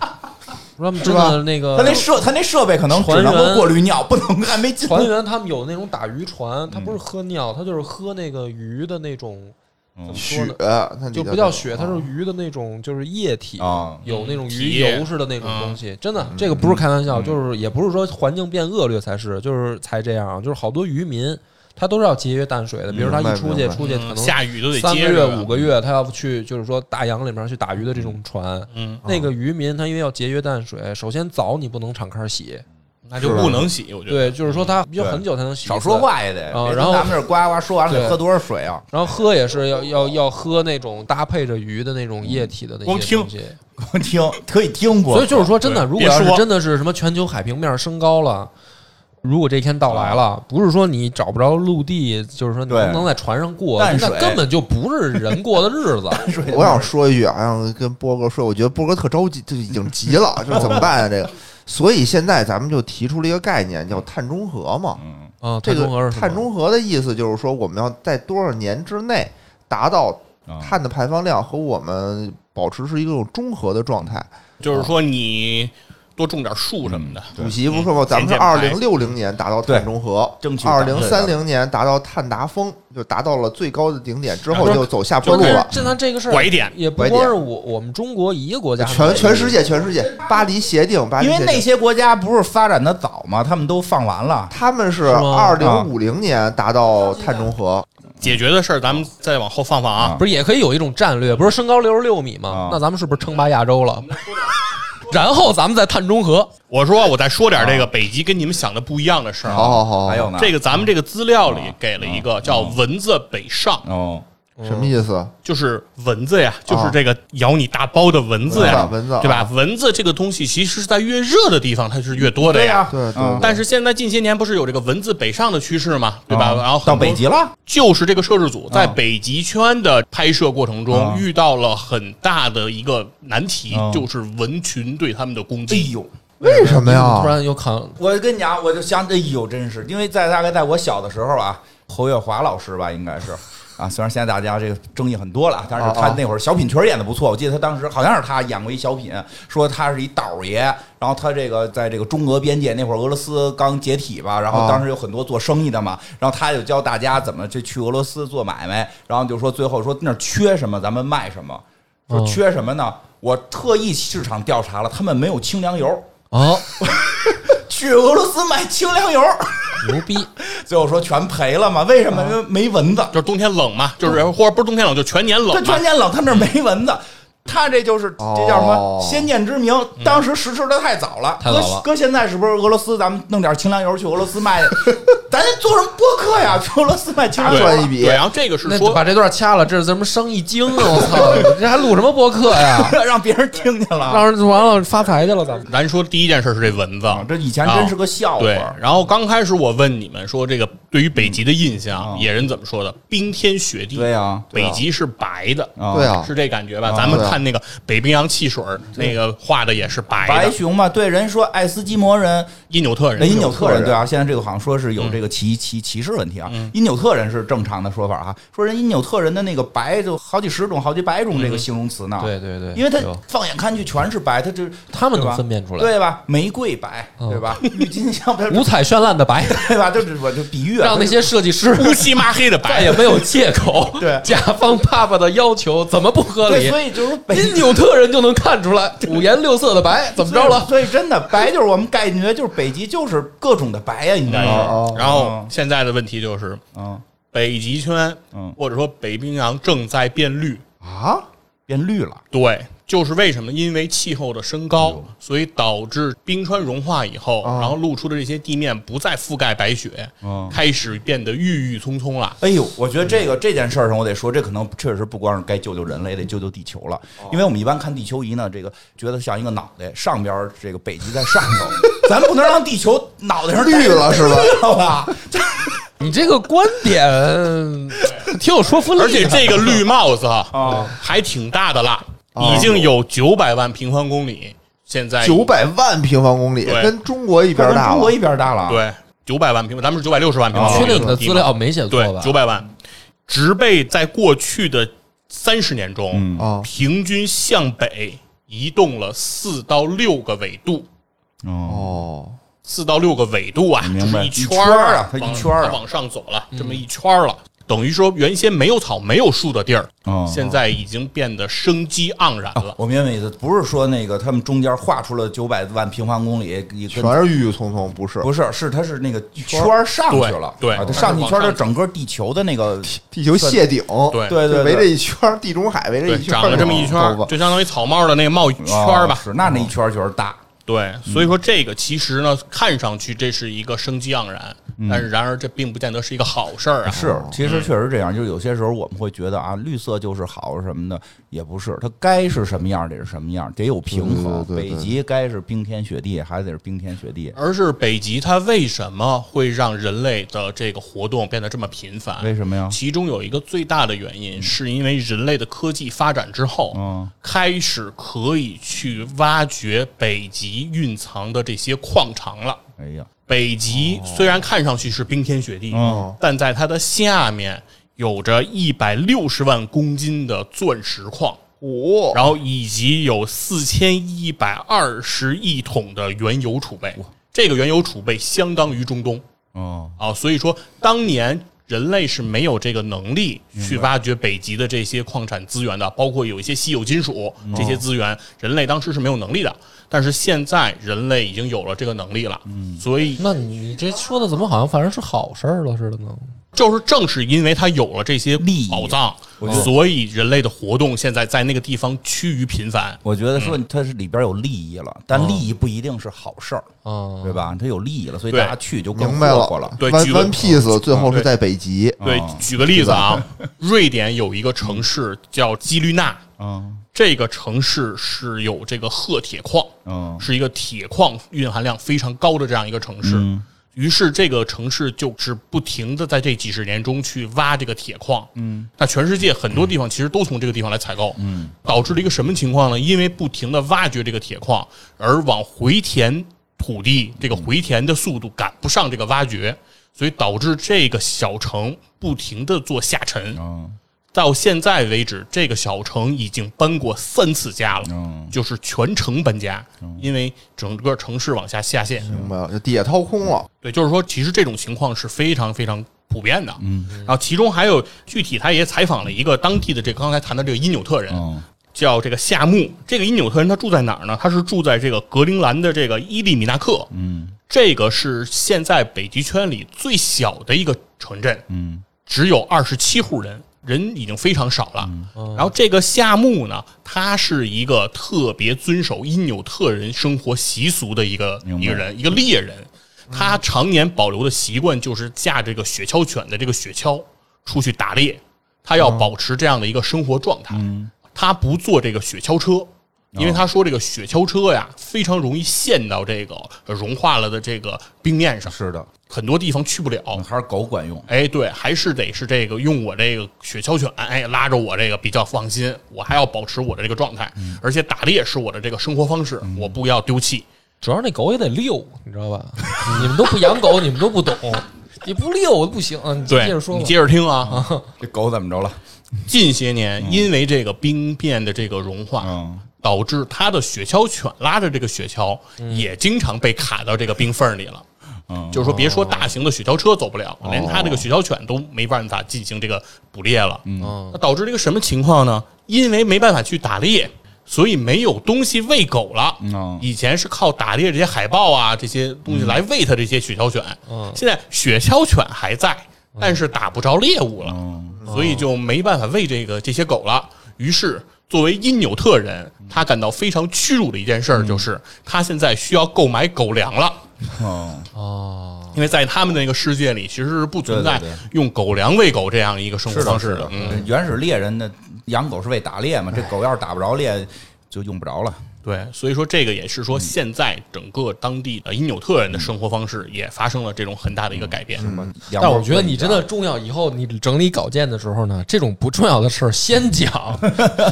Speaker 5: 他们真
Speaker 6: 是
Speaker 5: 的那个
Speaker 4: 他那 设他那设备可能只能
Speaker 5: 船员
Speaker 4: 够过滤尿，不能还没进。
Speaker 5: 船员他们有那种打渔船，他不是喝尿，他就是喝那个鱼的那种
Speaker 7: 嗯
Speaker 5: 怎么 说
Speaker 6: 血
Speaker 5: 呢？，
Speaker 6: 它
Speaker 5: 就不叫血，它是鱼的那种，就是液体
Speaker 4: 啊
Speaker 5: 有那种
Speaker 7: 体
Speaker 5: 鱼
Speaker 7: 液
Speaker 5: 油似的那种东西。真的，这个不是开玩笑，就是也不是说环境变恶劣才是，就是才这样，啊就是好多渔民他都是要节约淡水的。比如他
Speaker 6: 明白
Speaker 5: 一出去
Speaker 6: 明白
Speaker 5: 出去可能
Speaker 7: 嗯下雨都得
Speaker 5: 三个
Speaker 7: 接
Speaker 5: 月
Speaker 7: 着
Speaker 5: 五个月，他要去就是说大洋里面去打鱼的这种船，
Speaker 7: 嗯，
Speaker 5: 那个渔民他因为要节约淡水，首先澡你不能敞开洗，
Speaker 7: 那就不能洗，我觉得。
Speaker 5: 对，就是说他要
Speaker 4: 对
Speaker 5: 很久才能洗，
Speaker 4: 少说。话也得。
Speaker 5: 啊
Speaker 4: 别
Speaker 5: 然后
Speaker 4: 咱们这呱呱说完了得
Speaker 5: 对
Speaker 4: 喝多少水啊？
Speaker 5: 然后喝也是要要要喝那种搭配着鱼的那种液体的
Speaker 7: 嗯
Speaker 5: 那
Speaker 7: 光
Speaker 5: 些
Speaker 7: 听
Speaker 5: 东西，
Speaker 4: 我听可以听不？
Speaker 5: 所以就是说，真的，
Speaker 7: 对
Speaker 5: 如果
Speaker 7: 别
Speaker 5: 要是
Speaker 7: 说
Speaker 5: 真的是什么全球海平面升高了，如果这一天到来了，不是说你找不着陆地，就是说你
Speaker 4: 对
Speaker 5: 不能在船上过，
Speaker 4: 淡
Speaker 5: 那
Speaker 4: 水
Speaker 5: 根本就不是人过的日子。
Speaker 4: 水
Speaker 6: 我想说一句啊，想跟波哥说，我觉得波哥特着急，就已经急了， 这怎么办啊？这个，所以现在咱们就提出了一个概念，叫碳中和嘛。
Speaker 5: 啊，
Speaker 6: 这
Speaker 5: 碳中和
Speaker 6: 个
Speaker 5: 是什
Speaker 6: 碳
Speaker 5: 么
Speaker 6: 中和的意思就是说，我们要在多少年之内达到
Speaker 4: 啊
Speaker 6: 碳的排放量和我们保持是一种中和的状态。
Speaker 7: 就是
Speaker 5: 啊
Speaker 7: 说你多种点树什么的，
Speaker 5: 嗯
Speaker 6: 主席不是说吗？咱们是
Speaker 7: 减减
Speaker 6: 二
Speaker 7: 排
Speaker 6: 零六零年达到碳中和，
Speaker 4: 争取
Speaker 6: 二
Speaker 4: 咱们
Speaker 6: 零三零年达到碳达峰，就达到了最高的顶点之后
Speaker 7: 然后
Speaker 6: 就走下坡
Speaker 5: 就
Speaker 6: 路
Speaker 5: 是
Speaker 6: 了。
Speaker 5: 这咱这个事儿
Speaker 7: 拐点
Speaker 5: 也不
Speaker 6: 拐
Speaker 5: 光
Speaker 6: 点
Speaker 5: 是我我们中国一个国家，
Speaker 6: 全全世界，全世界，巴黎协定，巴黎
Speaker 4: 因
Speaker 6: 协
Speaker 4: 为
Speaker 6: 定
Speaker 4: 那些国家不是发展的早嘛，他们都放完了。
Speaker 6: 他们是
Speaker 5: 是吗
Speaker 6: 二零五零年达到碳中和，
Speaker 7: 解决的事儿咱们再往后放放啊。
Speaker 5: 不是也可以有一种战略，不是升高六十六米
Speaker 4: 啊
Speaker 5: 吗？那咱们是不是称霸亚洲了？然后咱们再碳中和，
Speaker 7: 我说我再说点这个北极跟你们想的不一样的事儿啊。
Speaker 6: 好好好，
Speaker 4: 还有呢？
Speaker 7: 这个咱们这个资料里给了一个叫“蚊子北上
Speaker 4: 哦，
Speaker 6: 什么意思？”，
Speaker 7: 就是蚊子呀，就是这个咬你大包的蚊子呀，
Speaker 6: 蚊子蚊子
Speaker 7: 对吧
Speaker 6: 啊？
Speaker 7: 蚊子这个东西其实是在越热的地方它是越多的呀。
Speaker 6: 对对
Speaker 4: 嗯
Speaker 7: 但是现在近些年不是有这个蚊子北上的趋势嘛，对吧？
Speaker 4: 啊
Speaker 7: 然后很
Speaker 4: 到
Speaker 7: 多
Speaker 4: 北极了，
Speaker 7: 就是这个摄制组在
Speaker 4: 啊
Speaker 7: 北极圈的拍摄过程中
Speaker 4: 啊
Speaker 7: 遇到了很大的一个难题
Speaker 4: 啊，
Speaker 7: 就是蚊群对他们的攻击。
Speaker 4: 哎呦！
Speaker 6: 为什么呀
Speaker 5: 突？然又扛
Speaker 4: 我跟你讲，我就想，哎呦，真是，因为在大概在我小的时候啊，侯月华老师吧，应该是啊，虽然现在大家这个争议很多了，但是他
Speaker 6: 哦哦
Speaker 4: 那会儿小品确实演的不错，我记得他当时好像是他演过一小品，说他是一倒爷，然后他这个在这个中俄边界那会儿俄罗斯刚解体吧，然后
Speaker 6: 哦
Speaker 4: 当时有很多做生意的嘛，然后他就教大家怎么去去俄罗斯做买卖，然后就说最后说那儿缺什么咱们卖什么，说
Speaker 5: 嗯
Speaker 4: 缺什么呢？我特意市场调查了，他们没有清凉油。
Speaker 5: 啊，
Speaker 4: 去俄罗斯买清凉油，
Speaker 5: 牛逼！
Speaker 4: 最后说全赔了嘛？为什
Speaker 5: 啊
Speaker 4: 么？因为没蚊子，
Speaker 7: 就是冬天冷嘛，就是或者不是冬天冷，就全年冷
Speaker 4: 这
Speaker 7: 嘛
Speaker 4: 嗯全。年冷，他们这
Speaker 5: 嗯
Speaker 4: 儿没蚊子。他这就是
Speaker 6: 哦
Speaker 4: 这叫什么先见之明，当时实施的太早了。
Speaker 5: 嗯太早了
Speaker 4: 搁搁现在是不是俄罗斯？咱们弄点清凉油去俄罗斯卖，咱做什么播客呀？去俄罗斯卖清凉
Speaker 7: 对
Speaker 4: 油
Speaker 6: 大赚一笔
Speaker 7: 对，然后这个是
Speaker 5: 那
Speaker 7: 说
Speaker 5: 把这段掐了，这是咱们生意经啊！我操，这还录什么播客呀？
Speaker 4: 啊 让别人听见了。
Speaker 5: 让人完了发财去了，咱们
Speaker 7: 咱说第一件事是这蚊子，
Speaker 4: 啊这以前真是个笑
Speaker 5: 哦
Speaker 4: 话。
Speaker 7: 对。然后刚开始我问你们说这个对于北极的印象，野人怎么说的？冰天雪地，
Speaker 4: 嗯对呀
Speaker 6: 对啊
Speaker 7: 北极是白的，
Speaker 4: 啊
Speaker 6: 对啊
Speaker 7: 是这感觉吧？
Speaker 4: 啊
Speaker 7: 咱们
Speaker 6: 对啊
Speaker 7: 看那个北冰洋汽水儿那个画的也是白的，
Speaker 4: 白熊嘛，对人说爱斯基摩人
Speaker 7: 因纽特人，
Speaker 4: 那因纽特人对啊，现在这个好像说是有这个歧歧歧视问题啊。因纽特人是正常的说法啊，说人因纽特人的那个白就好几十种、好几百种这个形容词呢。
Speaker 5: 对对对
Speaker 4: 因为他
Speaker 5: 有
Speaker 4: 放眼看去全是白，他这
Speaker 5: 他们
Speaker 4: 对吧
Speaker 5: 能分辨出来
Speaker 4: 对吧？玫瑰白，对吧？郁金香白，
Speaker 5: 五彩绚烂的白，
Speaker 4: 对吧？就是我就比喻啊
Speaker 5: 让那些设计师
Speaker 7: 乌漆嘛黑的
Speaker 5: 再
Speaker 4: 哎
Speaker 7: 白
Speaker 5: 也。没有借口。
Speaker 4: 对
Speaker 5: 甲方爸爸的要求怎么不合
Speaker 4: 对，
Speaker 5: 理？
Speaker 4: 所以就是北
Speaker 5: 您纽特人就能看出来，五颜六色的白怎么着了？
Speaker 4: 所以所以真的白就是我们概念，就是北极就是各种的白呀，应该是。
Speaker 6: 哦
Speaker 7: 然后现在的问题就是，
Speaker 4: 嗯，
Speaker 7: 北极圈
Speaker 4: 嗯
Speaker 7: 或者说北冰洋正在变绿。
Speaker 6: 啊，
Speaker 4: 变绿了。
Speaker 7: 对，就是为什么？因为气候的升
Speaker 5: 哎
Speaker 7: 高，所以导致冰川融化以后，
Speaker 5: 啊
Speaker 7: 然后露出的这些地面不再覆盖白雪，
Speaker 4: 哦
Speaker 7: 开始变得郁郁葱葱了。
Speaker 4: 哎呦，我觉得这个这件事儿上，我得说，这可能确实不光是该救救人类，得救救地球了。因为我们一般看地球仪呢，这个觉得像一个脑袋，上边儿这个北极在上头， 咱不能让地球脑袋上
Speaker 6: 绿 了是吧
Speaker 4: 绿了吧？
Speaker 5: 你这个观点挺有说服力的，
Speaker 7: 而且这个绿帽子
Speaker 4: 啊
Speaker 7: 啊，还挺大的啦，
Speaker 5: 啊
Speaker 7: 已经有九百万平方公里，现在
Speaker 6: 九百万平方公里，
Speaker 7: 对
Speaker 6: 跟中国一
Speaker 4: 一边
Speaker 6: 边大
Speaker 4: 中
Speaker 6: 了
Speaker 4: 国。一边大了。，
Speaker 7: 对九百万平方，咱们是九百六十万平方
Speaker 4: 哦
Speaker 7: 公
Speaker 5: 啊确
Speaker 7: 里。
Speaker 5: 定你的资料没写错
Speaker 7: 对，？
Speaker 5: 吧
Speaker 7: 九百万，植被在过去的三十年中，
Speaker 4: 嗯
Speaker 6: 啊
Speaker 7: 平均向北移动了四到六个纬度，
Speaker 4: 哦，
Speaker 6: 哦，
Speaker 7: 四到六个纬度啊，
Speaker 4: 明
Speaker 7: 就是
Speaker 4: 白
Speaker 7: 一圈儿
Speaker 4: 一圈儿啊它一
Speaker 7: 往
Speaker 4: 圈儿啊
Speaker 7: 它往上走了，这么一圈儿了。等于说原先没有草、没有树的地儿，
Speaker 4: 哦啊
Speaker 7: 现在已经变得生机盎然了。
Speaker 4: 我明白你的意思，不是说那个他们中间划出了九百万平方公里，一个
Speaker 6: 全是郁郁葱葱，不是？
Speaker 4: 不是，是它是那个圈儿上去了，
Speaker 7: 对对
Speaker 4: 啊它上去一圈
Speaker 7: 往
Speaker 4: 儿，它
Speaker 7: 上
Speaker 4: 整个地球的那个，
Speaker 6: 地球谢顶，
Speaker 7: 对
Speaker 4: 对对对，
Speaker 6: 就围着一圈儿，地中海围着
Speaker 7: 对
Speaker 6: 一，圈儿，
Speaker 7: 长了这么一圈儿
Speaker 6: 头，发
Speaker 7: 就相当于草帽的那个帽一圈儿吧
Speaker 4: 哦。是那那一圈儿确实大，
Speaker 7: 对，所以说这个其实呢，看上去这是一个生机盎然，
Speaker 4: 嗯
Speaker 7: 但是然而这并不见得是一个好事儿啊。
Speaker 4: 是，其实确实这样，就是有些时候我们会觉得啊，绿色就是好什么的，也不是，它该是什么样儿得是什么样儿，得有平衡。
Speaker 6: 对对对对
Speaker 4: 北极该是冰天雪地，还得是冰天雪地，
Speaker 7: 而是北极它为什么会让人类的这个活动变得这么频繁？
Speaker 4: 为什么呀？
Speaker 7: 其中有一个最大的原因，是因为人类的科技发展之后，
Speaker 4: 嗯
Speaker 7: 开始可以去挖掘北极蕴藏的这些矿藏了。
Speaker 4: 哎呀，
Speaker 7: 北
Speaker 4: 哦
Speaker 7: 极虽然看上去是冰天雪地，
Speaker 4: 嗯
Speaker 7: 但在它的下面有着一百六十万公斤的钻石矿，
Speaker 6: 哦，
Speaker 7: 然后以及有四千一百二十亿桶的原油储备。这个原油储备相当于中东
Speaker 4: 哦，
Speaker 7: 啊，所以说当年人类是没有这个能力去挖掘北极的这些矿产资源的，包括有一些稀有金
Speaker 4: 哦
Speaker 7: 属这些资源，人类当时是没有能力的。但是现在人类已经有了这个能力了，
Speaker 4: 嗯
Speaker 7: 所以
Speaker 5: 那你这说的怎么好像反正是好事儿了似的呢？
Speaker 7: 就是正是因为它有了这些
Speaker 4: 利益
Speaker 7: 宝藏
Speaker 4: 我觉得，
Speaker 7: 所以人类的活动现在在那个地方趋于频繁。
Speaker 4: 我觉得说它是里边有利益了，但利益不一定是好事儿，
Speaker 5: 啊，
Speaker 4: 对吧？它有利益了，所以
Speaker 7: 对
Speaker 4: 大家去就更
Speaker 6: 明白了
Speaker 4: 霍霍了。
Speaker 7: 对
Speaker 6: One
Speaker 7: 举个嗯
Speaker 6: One Piece 最后是在北极，
Speaker 7: 对，举个例子啊，瑞典有一个城市叫基律纳，
Speaker 4: 嗯
Speaker 7: 这个城市是有这个褐铁矿，
Speaker 4: 嗯
Speaker 7: 是一个铁矿蕴含量非常高的这样一个城市。于是这个城市就是不停的在这几十年中去挖这个铁矿，嗯，那全世界很多地方其实都从这个地方来采购，嗯，导致了一个什么情况呢？因为不停的挖掘这个铁矿，而往回填土地，这个回填的速度赶不上这个挖掘，所以导致这个小城不停的做下沉，
Speaker 4: 嗯
Speaker 7: 到现在为止，这个小城已经搬过三次家了，
Speaker 4: 嗯
Speaker 7: 就是全城搬家，因为整个城市往下下陷。
Speaker 6: 明白了，就地下掏空了，
Speaker 7: 对，就是说，其实这种情况是非常非常普遍的。嗯，然后其中还有具体，他也采访了一个当地的这个刚才谈的这个因纽特人，
Speaker 4: 嗯
Speaker 7: 叫这个夏目。这个因纽特人他住在哪儿呢？他是住在这个格陵兰的这个伊利米纳克。嗯，这个是现在北极圈里最小的一个城镇。
Speaker 4: 嗯，
Speaker 7: 只有二十七户人，人已经非常少了。
Speaker 4: 嗯
Speaker 7: 然后这个夏目呢，他是一个特别遵守因纽特人生活习俗的一个
Speaker 4: 明白
Speaker 7: 一个人，一个猎人。他常年保留的习惯就是驾这个雪橇犬的这个雪橇出去打猎，他要保持这样的一个生活状态。他不坐这个雪橇车，因为他说这个雪橇车呀非常容易陷到这个融化了的这个冰面上，
Speaker 4: 是的，嗯
Speaker 7: 很多地方去不了。
Speaker 4: 还是狗管用。
Speaker 7: 哎，对，还是得是这个用我这个雪橇犬，哎，拉着我这个比较放心，我还要保持我的这个状态，而且打猎是我的这个生活方式，我不要丢弃。
Speaker 5: 主要是那狗也得遛，你知 道吧？你们都不养狗，你们都不懂，你不遛不行。啊你
Speaker 7: 对，
Speaker 5: 接着说吧
Speaker 7: 你。接着听啊。
Speaker 4: 这狗怎么着了？
Speaker 7: 近些年因为这个冰变的这个融化，
Speaker 4: 嗯
Speaker 7: 导致它的雪橇犬拉着这个雪橇也经常被卡到这个冰缝儿里了。
Speaker 4: 嗯哦
Speaker 7: 就是说，别说大型的雪橇车走不了，连它这个雪橇犬都没办法进行这个捕猎了。
Speaker 5: 嗯
Speaker 7: 那导致了一个什么情况呢？因为没办法去打猎，所以没有东西喂狗了。
Speaker 4: 嗯
Speaker 7: 以前是靠打猎这些海豹啊这些东西来喂它这些雪橇犬。
Speaker 4: 嗯
Speaker 7: 现在雪橇犬还在，但是打不着猎物了。
Speaker 4: 嗯
Speaker 7: 所以就没办法喂这个这些狗了。于是，作为因纽特人，
Speaker 4: 嗯
Speaker 7: 他感到非常屈辱的一件事儿就是，他现在需要购买狗粮了，
Speaker 4: 嗯，
Speaker 5: 哦，
Speaker 7: 因为在他们的那个世界里，其实是不存在
Speaker 4: 对对对
Speaker 7: 用狗粮喂狗这样一个生活
Speaker 4: 是的，
Speaker 7: 方式
Speaker 4: 是的。
Speaker 7: 嗯，
Speaker 4: 原始猎人的养狗是为打猎嘛，这狗要是打不着猎，就用不着了。
Speaker 7: 对，所以说这个也是
Speaker 4: 嗯
Speaker 7: 说，现在整个当地的因纽特人的生活方式也发生了这种很大的一个
Speaker 4: 嗯
Speaker 7: 改变。
Speaker 4: 但
Speaker 5: 但我觉得你真的重要，以后你整理稿件的时候呢，这种不重要的事儿 先讲。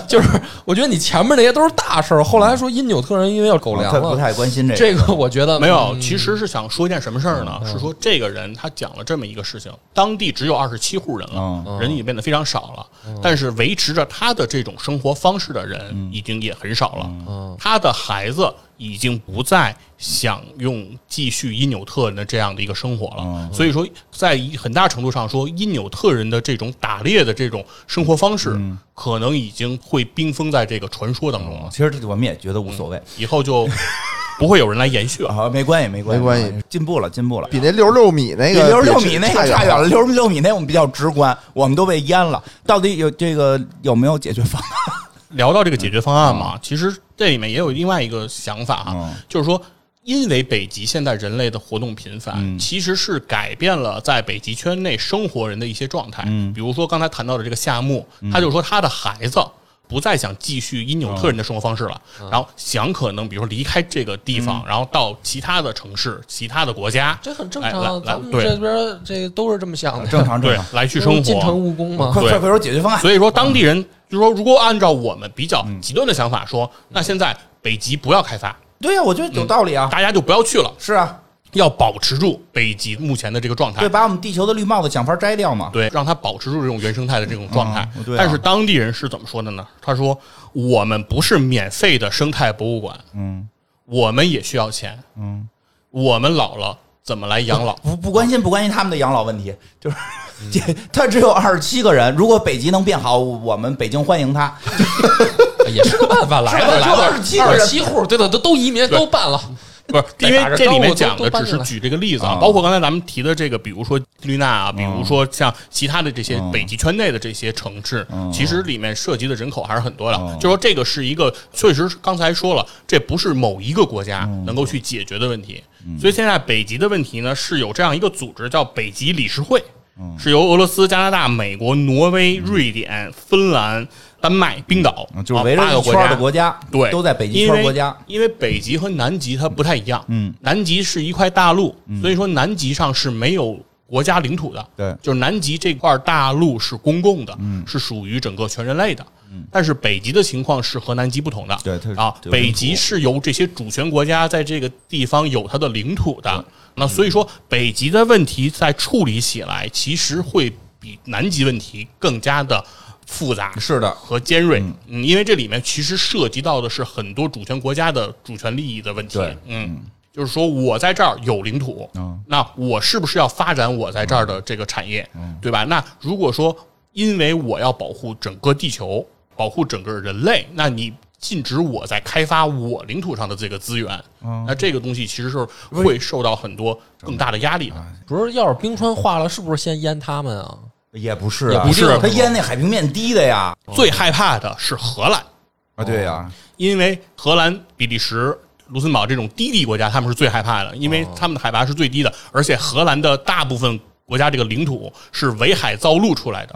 Speaker 5: 就是我觉得你前面那些都是大事儿，后来说因纽特人因为要狗粮
Speaker 4: 哦他不
Speaker 5: 了，
Speaker 4: 太关心这
Speaker 5: 这个我觉得
Speaker 7: 没有，
Speaker 5: 嗯
Speaker 7: 其实是想说一件什么事儿
Speaker 4: 嗯
Speaker 7: 呢？是说这个人他讲了这么一个事情，当地只有二十七户人了，
Speaker 4: 嗯
Speaker 7: 人已经变得非常少了，但是
Speaker 4: 嗯
Speaker 7: 维持着他的这种生活方式的人已经也很少了。他的孩子已经不再享用继续因纽特人的这样的一个生活了。
Speaker 4: 嗯
Speaker 7: 所以说，在一很大程度上说，因纽特人的这种打猎的这种生活方式，
Speaker 4: 嗯
Speaker 7: 可能已经会冰封在这个传说当中了。
Speaker 4: 其实这我们也觉得无所谓
Speaker 7: 以后就不会有人来延续了。
Speaker 4: 啊，没关系，没关系，
Speaker 6: 没关系，
Speaker 4: 进步了，进步了。
Speaker 6: 比那六十六米那
Speaker 4: 比
Speaker 6: 个
Speaker 4: 六十六米那个差远
Speaker 6: 了。
Speaker 4: 了，六十六米那我们比较直观，我们都被淹了。到底有这个有没有解决方案？
Speaker 7: 聊到这个解决方案嘛，其实这里面也有另外一个想法啊，
Speaker 4: 嗯
Speaker 7: 就是说，因为北极现在人类的活动频繁，其实是改变了在北极圈内生活人的一些状态。比如说刚才谈到的这个夏目，他就说他的孩子。不再想继续因纽特人的生活方式了，
Speaker 5: 嗯
Speaker 7: 然后想可能比如说离开这个地方，然后到其他的城市、其他的国家，
Speaker 5: 这很正
Speaker 7: 来
Speaker 5: 常
Speaker 7: 哎来
Speaker 5: 啊，
Speaker 7: 来
Speaker 5: 咱们
Speaker 7: 对
Speaker 5: 这边儿这个都是这么想 的，
Speaker 4: 正常正
Speaker 7: 对
Speaker 4: 常，
Speaker 7: 来去生活，
Speaker 5: 进城务工嘛
Speaker 4: 快。
Speaker 7: 对
Speaker 4: 快快说解决方案。
Speaker 7: 所以说，当地人就是说，如果按照我们比较极端的想法说，那现在北极不要开发，
Speaker 4: 对呀，我觉得有道理啊，
Speaker 7: 嗯大家就不要去了，
Speaker 4: 是啊，
Speaker 7: 要保持住北极目前的这个状态
Speaker 4: 对，。把我们地球的绿帽子想法摘掉嘛。
Speaker 7: 对，让它保持住这种原生态的这种状态。
Speaker 4: 嗯对啊
Speaker 7: 但是当地人是怎么说的呢？他说：“我们不是免费的生态博物馆，
Speaker 4: 嗯
Speaker 7: 我们也需要钱。
Speaker 4: 嗯，
Speaker 7: 我们老了怎么来养老？
Speaker 4: 不不关心不关心他们的养老问题，就是
Speaker 7: 嗯
Speaker 4: 这他只有二十七个人，如果北极能变好，我们北京欢 迎他。
Speaker 5: 哎也是个办法，来
Speaker 7: 啊
Speaker 5: 吧，
Speaker 4: 是吧
Speaker 5: 来吧，
Speaker 4: 27个人
Speaker 5: 七户，对的，都都移民，
Speaker 7: 对
Speaker 5: 都办了，
Speaker 7: 不 是，因
Speaker 5: 打
Speaker 7: 为
Speaker 5: 着
Speaker 7: 这里
Speaker 5: 招
Speaker 7: 面
Speaker 5: 呼
Speaker 7: 讲
Speaker 5: 都
Speaker 7: 的
Speaker 5: 都搬
Speaker 7: 只
Speaker 5: 进
Speaker 7: 是
Speaker 5: 来
Speaker 7: 举这个例子
Speaker 4: 啊
Speaker 7: 啊，包括刚才咱们提的这个，比如说绿娜啊，比如说像其他的这些北极圈内的这些城市，其实里面涉及的人口还是很多的。就说这个是一个，确实是刚才说了，这不是某一个国家能够去解决的问题。所以现在北极的问题呢，是有这样一个组织叫北极理事会。是由俄罗斯、加拿大、美国、挪威、瑞典、芬兰、丹麦、冰岛，
Speaker 4: 就是
Speaker 7: 啊
Speaker 4: 围
Speaker 7: 八
Speaker 4: 着
Speaker 7: 个
Speaker 4: 一
Speaker 7: 国
Speaker 4: 圈儿
Speaker 7: 家
Speaker 4: 的国家，
Speaker 7: 对，
Speaker 4: 都在北极
Speaker 7: 因
Speaker 4: 圈
Speaker 7: 为
Speaker 4: 儿国家。
Speaker 7: 因为北极和南极它不太一样，嗯，南极是一块大陆，所以说南极上是没有国家领土的，
Speaker 4: 嗯对嗯
Speaker 7: 就是南极这块大陆是公共的，是属于整个全人类的。但是北极的情况是和南极不同的，
Speaker 4: 对它是
Speaker 7: 啊，
Speaker 4: 有领土
Speaker 7: 北极是由这些主权国家在这个地方有它的领土的，那所以说北极的问题在处理起来其实会比南极问题更加的复杂，
Speaker 4: 是的
Speaker 7: 和尖锐，嗯，因为这里面其实涉及到的是很多主权国家的主权利益的问题
Speaker 4: 对，
Speaker 7: 嗯，就是说我在这儿有领土，那我是不是要发展我在这儿的这个产业，对吧？那如果说因为我要保护整个地球，保护整个人类，那你。禁止我在开发我领土上的这个资源，那这个东西其实是会受到很多更大的压力的。
Speaker 5: 不是，要是冰川化了，是不是先淹他们啊？
Speaker 4: 也不是、啊，
Speaker 7: 也不是
Speaker 4: 他淹那海平面低的呀。
Speaker 7: 最害怕的是荷兰，
Speaker 4: 啊，对呀、
Speaker 7: 因为荷兰、比利时、卢森堡这种低地国家，他们是最害怕的，因为他们的海拔是最低的，而且荷兰的大部分国家这个领土是围海造陆出来的，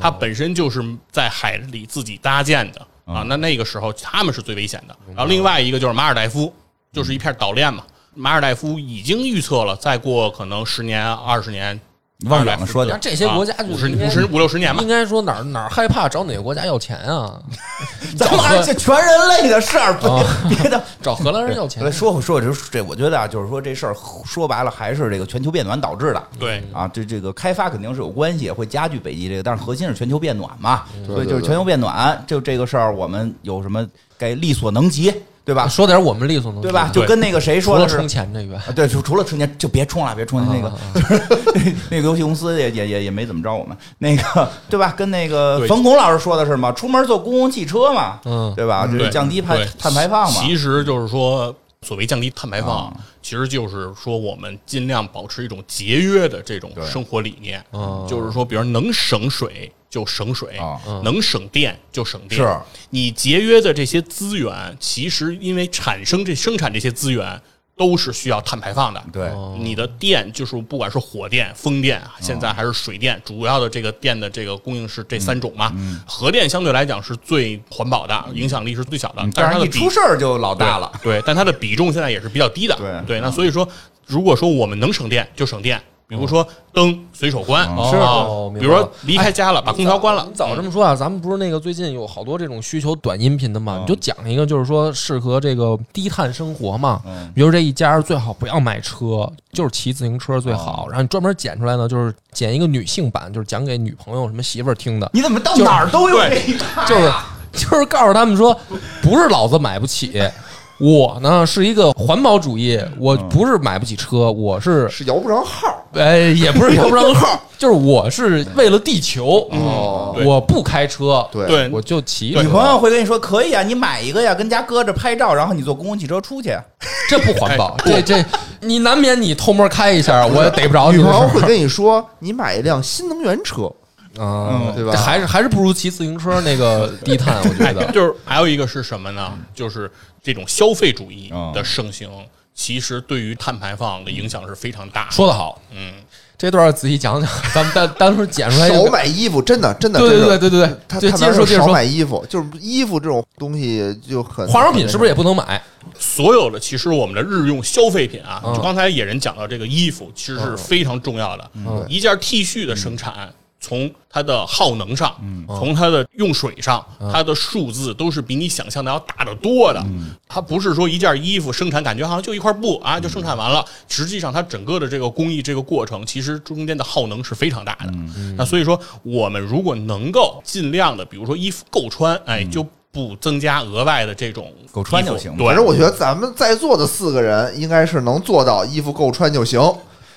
Speaker 7: 它本身就是在海里自己搭建的啊。那那个时候他们是最危险的。然后另外一个就是马尔代夫，就是一片岛链嘛。马尔代夫已经预测了，再过可能十年、二十年，啊
Speaker 4: 往远了说点
Speaker 5: 那，这些国家就
Speaker 7: 五
Speaker 5: 是
Speaker 7: 十、
Speaker 5: 应该
Speaker 7: 五十、五六十年吧
Speaker 5: 应，该说哪儿哪儿害怕找哪个国家要钱啊？
Speaker 4: 咱们还是全人类的事儿，别、 别的。
Speaker 5: 找荷兰人要钱啊
Speaker 4: 来，说回说回，就是这，我觉得啊，就是说这事儿说白了还是这个全球变暖导致的。
Speaker 7: 对。
Speaker 4: 啊，这这个开发肯定是有关系，会加剧北极这个，但是核心是全球变暖嘛，所以就是全球变暖，就这个事儿，我们有什么该力所能及，对吧？
Speaker 5: 啊说点我们力所能及
Speaker 4: 对吧？就
Speaker 7: 对
Speaker 4: 跟那个谁
Speaker 5: 啊除
Speaker 4: 说
Speaker 5: 了
Speaker 4: 的是
Speaker 5: 充，钱这个，
Speaker 4: 啊，对，就除了春节就别冲了，别冲那个， 就是那个游戏公司也也也也没怎么着我们，那个对吧？跟那个
Speaker 7: 对
Speaker 4: 冯巩老师说的是嘛，出门坐公共汽车嘛，
Speaker 5: 嗯
Speaker 4: 对吧？就是
Speaker 7: 对
Speaker 4: 降低排
Speaker 7: 对
Speaker 4: 碳排放嘛，啊
Speaker 7: 其实就是说，所谓降低碳排放，其实就是说我们尽量保持一种节约的这种生活理念，就是说，比如能省水就省水，
Speaker 4: 啊
Speaker 7: 能省电就省电。
Speaker 4: 是
Speaker 7: 你节约的这些资源，其实因为产生这生产这些资源。都是需要碳排放的，
Speaker 4: 对，
Speaker 7: 你的电就是不管是火电、风电，啊现
Speaker 4: 哦
Speaker 7: 在还是水电，主要的这个电的这个供应是这三种嘛。
Speaker 4: 嗯
Speaker 7: 核电相对来讲是最环保的，影响力是最小的，但
Speaker 4: 但
Speaker 7: 是它
Speaker 4: 是
Speaker 7: 的
Speaker 4: 一
Speaker 7: 比
Speaker 4: 出事儿就老大了，
Speaker 7: 对，但它的比重现在也是比较低的。
Speaker 4: 对嗯
Speaker 7: 那所以说，如果说我们能省电就省电，比如说灯随手关，
Speaker 5: 是
Speaker 7: 啊
Speaker 5: 哦，
Speaker 7: 比
Speaker 5: 明白
Speaker 7: 如说
Speaker 5: 了哎
Speaker 7: 离开家了，把空调关了
Speaker 5: 你，早这么说啊，咱们不是那个最近有好多这种需求短音频的
Speaker 7: 嗯
Speaker 5: 嘛？你就讲一个，就是说适合这个低碳生活嘛。
Speaker 7: 嗯
Speaker 5: 比如这一家最好不要买车，就是骑自行车最
Speaker 7: 嗯
Speaker 5: 好。然后你专门剪出来呢，就是剪一个女性版，就是讲给女朋友什么媳妇儿听的。
Speaker 4: 你怎么到哪儿都有这一
Speaker 5: 就是就是告诉他们说，不是老子买不起，我呢是一个环保主义，我不是买不起车，我是
Speaker 6: 是摇不着号。
Speaker 5: 哎，也不是摇不上 号，就是我是为了地球，
Speaker 6: 哦
Speaker 7: 对
Speaker 5: 我不开车，
Speaker 6: 对
Speaker 7: 对
Speaker 5: 我就骑
Speaker 7: 对
Speaker 4: 女
Speaker 5: 车，
Speaker 4: 朋友会跟你说可以啊，你买一个呀，跟家搁着拍照，然后你坐公共汽车出去。啊
Speaker 5: 这不环保，
Speaker 6: 哎
Speaker 5: 这这你难免你偷摸开一下，我也逮不着你
Speaker 6: 女
Speaker 5: 的
Speaker 6: 朋
Speaker 5: 事
Speaker 6: 友
Speaker 5: 儿
Speaker 6: 会跟你说，你买一辆新能源车，
Speaker 5: 啊，
Speaker 6: 对吧
Speaker 5: 这还是还是不如骑自行车那个低碳，我觉
Speaker 6: 哎
Speaker 5: 得。
Speaker 7: 哎就是还有一个是什么呢？就是这种消费主义
Speaker 4: 嗯
Speaker 7: 的盛行，其实对于碳排放的影响是非常大的。
Speaker 5: 说得好，
Speaker 7: 嗯，
Speaker 5: 这段仔细讲讲，咱们单单纯剪出来一个
Speaker 6: 少买衣服，真的真的，
Speaker 5: 对对
Speaker 6: 真
Speaker 5: 对
Speaker 6: 是
Speaker 5: 对对对，
Speaker 6: 他
Speaker 5: 对，
Speaker 6: 他
Speaker 5: 接着说
Speaker 6: 男人
Speaker 5: 接着
Speaker 6: 少
Speaker 5: 说
Speaker 6: 买，衣服，就是衣服这种东西就很
Speaker 5: 化妆品是不是也不能买？
Speaker 7: 所有的其实我们的日用消费品啊，
Speaker 5: 嗯
Speaker 7: 就刚才野人讲到这个衣服，其实是非常重要的。
Speaker 5: 嗯
Speaker 7: 一件 T 恤的生产，从它的耗能上，
Speaker 5: 嗯
Speaker 7: 从它的用水上，它的数字都是比你想象的要大得多的。
Speaker 5: 嗯
Speaker 7: 它不是说一件衣服生产，感觉好像就一块布啊就生产完了，实际上它整个的这个工艺这个过程，其实中间的耗能是非常大的。
Speaker 5: 嗯
Speaker 7: 那所以说，我们如果能够尽量的，比如说衣服够穿，哎，
Speaker 5: 嗯
Speaker 7: 就。不增加额外的这种
Speaker 4: 够穿
Speaker 7: 衣服
Speaker 4: 就行
Speaker 7: 对，
Speaker 6: 反正我觉得咱们在座的四个人应该是能做到衣服够穿就行，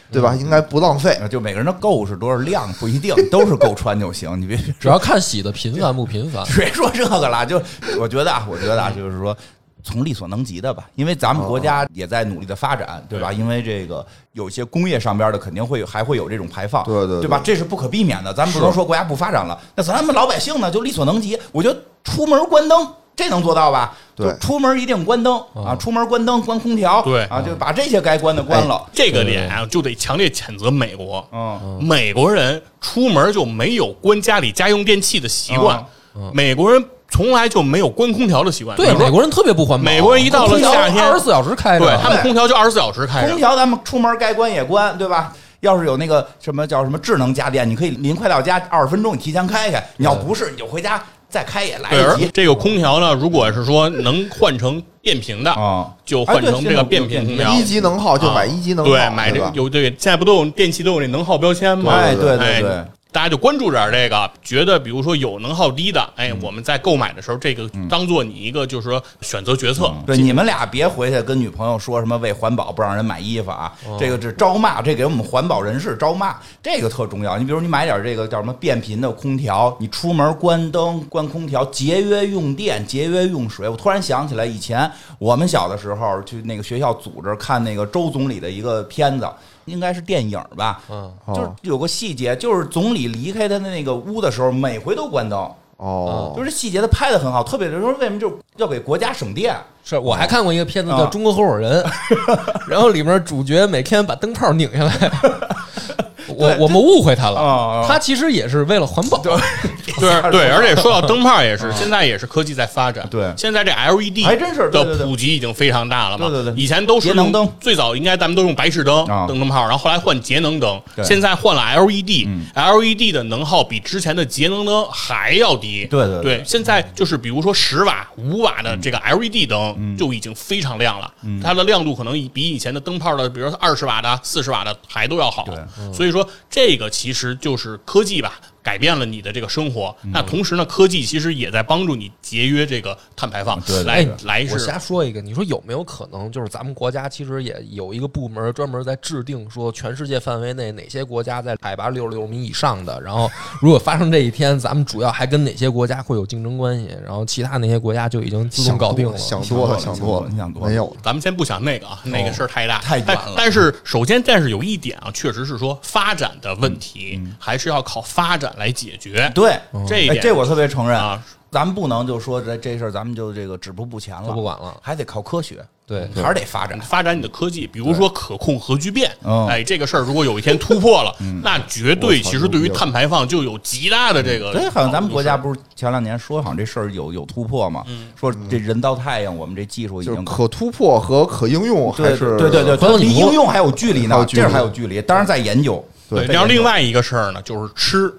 Speaker 6: 对
Speaker 7: 嗯
Speaker 6: 吧？应该不浪费。
Speaker 4: 就每个人的够是多少量不一定，都是够穿就行。你别
Speaker 5: 主要看洗的频繁不 频繁。
Speaker 4: 谁说这个啦？就我觉得啊，我觉得啊，就是说。从力所能及的吧，因为咱们国家也在努力的发展，对吧？因为这个有些工业上边的肯定会有还会有这种排放，
Speaker 6: 对对对
Speaker 4: 对吧？这是不可避免的，咱们不能说国家不发展了，那咱们老百姓呢就力所能及。我觉得出门关灯，这能做到吧？
Speaker 6: 对
Speaker 4: 就出门一定关灯啊，出门关灯，关空调，
Speaker 7: 对
Speaker 4: 啊，就把这些该关的关了，
Speaker 7: 这个点啊，就得强烈谴责美国。
Speaker 4: 嗯，
Speaker 7: 美国人出门就没有关家里家用电器的习惯，
Speaker 4: 嗯
Speaker 7: 美国人从来就没有关空调的习惯。
Speaker 5: 对，美国人特别不环保，啊
Speaker 7: 美国人一到了夏天
Speaker 5: 二十四小时开着，啊
Speaker 7: 对他们空调就二十四小时开
Speaker 4: 空
Speaker 7: 着。
Speaker 4: 调咱们出门该关也关，对吧？要是有那个什么叫什么智能家电，你可以临快到家二十分钟，你提前开开。你要不是，你就回家再开也来
Speaker 7: 对，
Speaker 4: 得
Speaker 7: 而
Speaker 4: 及。
Speaker 7: 这个空调呢，如果是说能换成变频的，
Speaker 4: 啊
Speaker 7: 就换成这个变
Speaker 4: 哎
Speaker 7: 频
Speaker 4: 对
Speaker 7: 空调。
Speaker 6: 一级能耗就买一级能耗，
Speaker 7: 嗯啊对，买这
Speaker 6: 吧
Speaker 7: 有这个现在不都有电器都有那能耗标签吗？
Speaker 4: 哎对对
Speaker 7: 哎
Speaker 4: 对
Speaker 7: 大家就关注点儿这个，觉得比如说有能耗低的，哎，
Speaker 4: 嗯
Speaker 7: 我们在购买的时候，这个当做你一个就是说选择决策。
Speaker 4: 对，你们俩别回去跟女朋友说什么为环保不让人买衣服啊，这个是招骂，这给我们环保人士招骂，这个特重要。你比如你买点这个叫什么变频的空调，你出门关灯、关空调，节约用电、节约用水。我突然想起来，以前我们小的时候去那个学校组织看那个周总理的一个片子。应该是电影吧，
Speaker 5: 嗯，
Speaker 4: 就是有个细节，就是总理离开他的那个屋的时候，每回都关灯，
Speaker 7: 啊
Speaker 6: 哦，
Speaker 4: 就是细节他拍的很好，特别就是说为什么就是要给国家省电，
Speaker 5: 是我还看过一个片子叫
Speaker 4: 啊
Speaker 5: 《中国合伙人》， 然后里面主角每天把灯泡拧下来。我我们误会他
Speaker 4: 啊啊
Speaker 5: 了，他其实也是为了环保。
Speaker 7: 对对，而且说到灯泡也是，现在也是科技在发展。
Speaker 4: 嗯对
Speaker 7: 现在这 LED
Speaker 4: 还真是对对
Speaker 7: 的
Speaker 4: 对
Speaker 7: 普及已经非常大了嘛。
Speaker 4: 对对对
Speaker 7: 以前都是
Speaker 4: 节能灯
Speaker 7: 用，最早应该咱们都用白炽灯
Speaker 4: 啊
Speaker 7: 灯灯泡，然后后来换节能灯，
Speaker 4: 对嗯
Speaker 7: 现在换了 E LED，LED 的能耗比之前的节能灯还要低。
Speaker 4: 对对对嗯
Speaker 7: 对，现在就是比如说十瓦、五瓦的这个 LED 灯就已经非常亮了，它的亮度可能比以前的灯泡的，比如说二十瓦的、四十瓦的还都要好。
Speaker 4: 对
Speaker 5: 嗯
Speaker 7: 所以说这个其实就是科技吧，改变了你的这个生活。
Speaker 4: 嗯
Speaker 7: 那同时呢，科技其实也在帮助你节约这个碳排放。
Speaker 4: 嗯对对
Speaker 7: 来
Speaker 5: 对
Speaker 7: 哎来
Speaker 5: 我
Speaker 7: 是
Speaker 5: 瞎说一个，你说有没有可能，就是咱们国家其实也有一个部门专门在制定说，全世界范围内哪些国家在海拔六十六米以上的，然后如果发生这一天，咱们主要还跟哪些国家会有竞争关系，然后其他那些国家就已经自动搞定了。
Speaker 6: 想多了，想多了，
Speaker 4: 你想多了
Speaker 6: 没有，
Speaker 7: 咱们先不想那个啊，那个事儿太大
Speaker 4: 哦太远
Speaker 7: 但
Speaker 4: 了
Speaker 7: 但是首先，但是有一点啊，确实是说发展的问题
Speaker 4: 嗯
Speaker 7: 还是要靠发展来解决。
Speaker 4: 对，
Speaker 6: 嗯
Speaker 7: 这一
Speaker 4: 哎，
Speaker 7: 点
Speaker 4: 这我特别承认
Speaker 7: 啊，
Speaker 4: 咱们不能就说这这事儿，咱们就这个止步不前了，
Speaker 5: 都不管了
Speaker 4: 还得靠科学，
Speaker 5: 对
Speaker 4: 还是得发展。
Speaker 7: 发展你的科技，比如说可控核聚变
Speaker 4: 嗯，
Speaker 7: 哎，这个事儿如果有一天突破了，那绝对其实对于碳排放就有极大的这个。
Speaker 4: 所以好像咱们国家
Speaker 5: 嗯
Speaker 4: 不是前两年说，好像这事儿有有突破嘛，说这人造太阳，我们这技术已
Speaker 6: 嗯就是
Speaker 4: 经。
Speaker 6: 可突破和可应用还
Speaker 4: 对
Speaker 6: 是
Speaker 4: 对对对
Speaker 5: 回头
Speaker 4: 对，
Speaker 5: 你
Speaker 4: 离
Speaker 5: 不
Speaker 4: 应用还有距离
Speaker 6: 还
Speaker 4: 呢
Speaker 6: 有，距离
Speaker 4: 这儿还有距离，当然在研究。
Speaker 7: 对，
Speaker 4: 在
Speaker 7: 然后
Speaker 4: 研究
Speaker 7: 另外一个事儿呢，就是吃，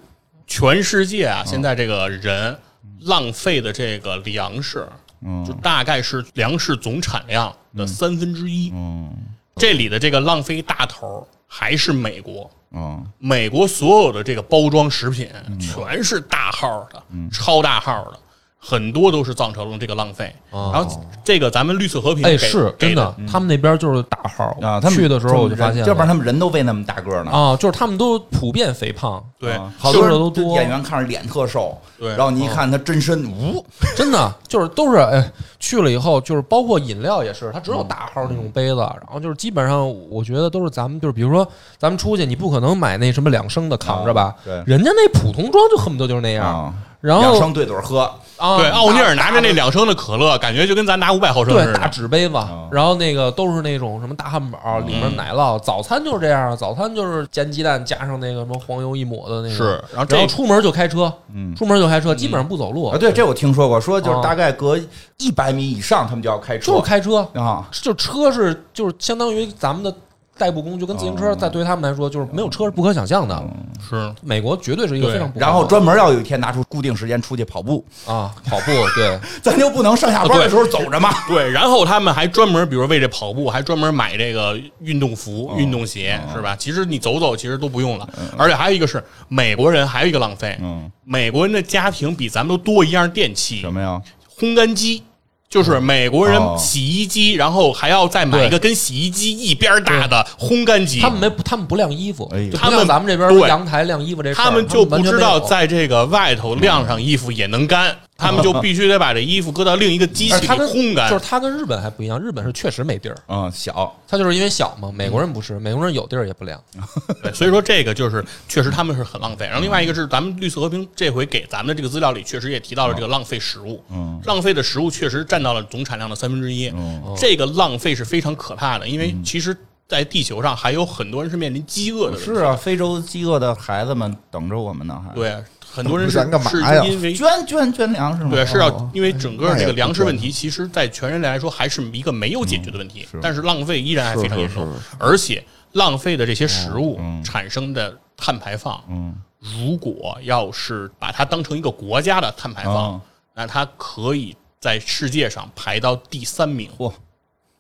Speaker 7: 全世界
Speaker 4: 嗯
Speaker 7: 啊，现在这个人浪费的这个粮食，
Speaker 4: 嗯
Speaker 7: 就大概是粮食总产量的三分之一。
Speaker 4: 嗯
Speaker 7: 这里的这个浪费大头儿还是美国。
Speaker 4: 嗯，
Speaker 7: 美
Speaker 4: 嗯
Speaker 7: 国所有的这个包装食品全是大号的，超大号的。很多都是造成了这个浪费。
Speaker 5: 哦
Speaker 7: 然后这个咱们绿色和平
Speaker 5: 哎，
Speaker 7: 给
Speaker 5: 是真
Speaker 7: 的嗯
Speaker 5: 的，，他们那边就是大号
Speaker 4: 啊，他们
Speaker 5: 去的时候我就
Speaker 4: 他们
Speaker 5: 发
Speaker 4: 人
Speaker 5: 现了，
Speaker 4: 要不然他们人都喂那么大个儿呢。
Speaker 5: 啊，就是他们都普遍肥胖，
Speaker 7: 对
Speaker 4: 啊好多人
Speaker 5: 瘦的都多嗯
Speaker 4: 演员看着脸特瘦，
Speaker 7: 对
Speaker 4: 然后你一看他真身，呜，
Speaker 5: 真的就是都是哎，去了以后就是包括饮料也是，它
Speaker 4: 嗯
Speaker 5: 只有大号那种杯子，然后就是基本上我觉得都是咱们就是比如说咱们出去，你不可能买那什么两升的扛着吧
Speaker 4: 啊，对
Speaker 5: 人家那普通装就恨不得就是那样
Speaker 4: 啊，
Speaker 5: 然
Speaker 4: 两
Speaker 5: 后
Speaker 4: 升对嘴儿喝，
Speaker 5: 啊
Speaker 7: 对，奥尼尔拿着那
Speaker 5: 大
Speaker 7: 两升的可乐，感觉就跟咱拿五百毫升似
Speaker 5: 对大
Speaker 7: 的。
Speaker 5: 纸杯子
Speaker 4: 啊，嗯
Speaker 5: 然后那个都是那种什么大汉堡，里面奶酪，早餐就是这样，早餐就是煎鸡蛋加上那个什么黄油一抹的那个，
Speaker 7: 是然后这
Speaker 5: 然后出门就开车，出门就开车，基本上不走路
Speaker 4: 嗯啊，，对，这我听说过，说就是
Speaker 5: 啊
Speaker 4: 大概隔一百米以上，他们就要哦开车，
Speaker 5: 就是开车，
Speaker 4: 啊，
Speaker 5: 就车是就是相当于咱们的代步工具，跟自行
Speaker 4: 哦
Speaker 5: 车在对他们来说就是没有车是不可想象的。
Speaker 4: 嗯
Speaker 7: 是
Speaker 5: 美国绝对是一个
Speaker 7: 对
Speaker 5: 非常不可
Speaker 4: 然后
Speaker 5: 想
Speaker 4: 专门要有一天拿出固定时间出去跑步，
Speaker 5: 象啊跑步，对
Speaker 4: 咱就不能上下班的时候走着吗？
Speaker 7: 对，然后他们还专门，比如为这跑步，还专门买这个运动
Speaker 4: 哦
Speaker 7: 服、运动鞋，是吧？其实你走走，其实都不用了。而且还有一个是美国人，还有一个浪费，
Speaker 4: 嗯，
Speaker 7: 美国人的家庭比咱们都多一样电器，
Speaker 4: 什么呀？
Speaker 7: 烘干机。就是美国人
Speaker 4: 哦
Speaker 7: 洗衣机，然后还要再买一个跟洗衣机一边大的烘干机。
Speaker 5: 他们没他们不晾衣服
Speaker 4: 哎呦，
Speaker 5: 就
Speaker 7: 他
Speaker 5: 不
Speaker 7: 们
Speaker 5: 像咱们这边
Speaker 7: 对
Speaker 5: 阳台晾衣服这事儿，
Speaker 7: 他们就不知道
Speaker 5: 完全没有
Speaker 7: 在这个外头晾上衣服也能
Speaker 4: 嗯
Speaker 7: 干，他们就必须得把这衣服搁到另一个机器
Speaker 5: 而
Speaker 7: 里
Speaker 5: 且他跟
Speaker 7: 烘干。
Speaker 5: 就是他跟日本还不一样，日本是确实没地儿，
Speaker 4: 嗯，小
Speaker 5: 他就是因为小嘛。美国人不是，美国人有地儿也不晾。
Speaker 4: 哦
Speaker 7: 对，所以说这个就是确实他们是很浪费。然后另外一个是咱们绿色和平这回给咱们的这个资料里确实也提到了这个浪费食物，
Speaker 4: 嗯
Speaker 7: 浪费的食物确实占到了总产量的三分之一
Speaker 4: 嗯，
Speaker 7: 这个浪费是非常可怕的，因为其实。在地球上还有很多人是面临饥饿的问题，
Speaker 4: 是啊，非洲饥饿的孩子们等着我们呢，还
Speaker 7: 对，很多人是
Speaker 6: 咱干嘛
Speaker 7: 是
Speaker 6: 呀
Speaker 7: 因为
Speaker 4: 捐捐捐粮食吗？
Speaker 7: 对，是
Speaker 4: 哦
Speaker 7: 要因为整个
Speaker 6: 那
Speaker 7: 这
Speaker 6: 也
Speaker 7: 个
Speaker 6: 不
Speaker 7: 粮食
Speaker 6: 错
Speaker 7: 问题，其实在全人类来说还是一个没有解决的问题，
Speaker 4: 是
Speaker 7: 但是浪费依然还非常严重，而且浪费的这些食物产生的碳排放，
Speaker 4: 嗯
Speaker 7: 如果要是把它当成一个国家的碳排放，
Speaker 4: 嗯
Speaker 7: 那它可以在世界上排到第三名，
Speaker 4: 嚯，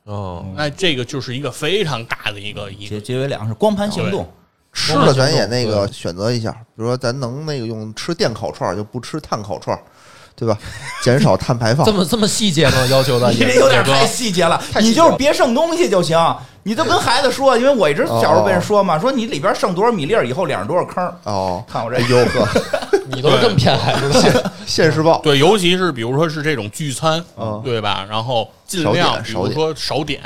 Speaker 5: 嗯，
Speaker 7: 那这个就是一个非常大的一个一个
Speaker 4: 节节约粮食，光盘行动，
Speaker 6: 吃了咱也那个选择一下，比如说咱能那个用吃电烤串儿就不吃碳烤串儿，对吧？减少碳排放
Speaker 5: 这。么这么细节吗？要求的
Speaker 4: 你
Speaker 5: 也
Speaker 4: 这啊有点
Speaker 5: 也不
Speaker 4: 太细节了，
Speaker 6: 细
Speaker 4: 你
Speaker 6: 节了
Speaker 4: 就是别剩东西就行。你就跟孩子说，因为我一直小时候被人说嘛，说你里边剩多少米粒儿，以后脸上多少坑儿。
Speaker 6: 哦，
Speaker 4: 看我这
Speaker 6: 哎呦呵，
Speaker 5: 你都是这么骗孩子的。
Speaker 6: 现世报，
Speaker 7: 对，尤其是比如说是这种聚餐，
Speaker 6: 嗯
Speaker 7: 对吧？然后尽量，
Speaker 6: 少点
Speaker 7: 比
Speaker 6: 少
Speaker 7: 如
Speaker 6: 点
Speaker 7: 说少点，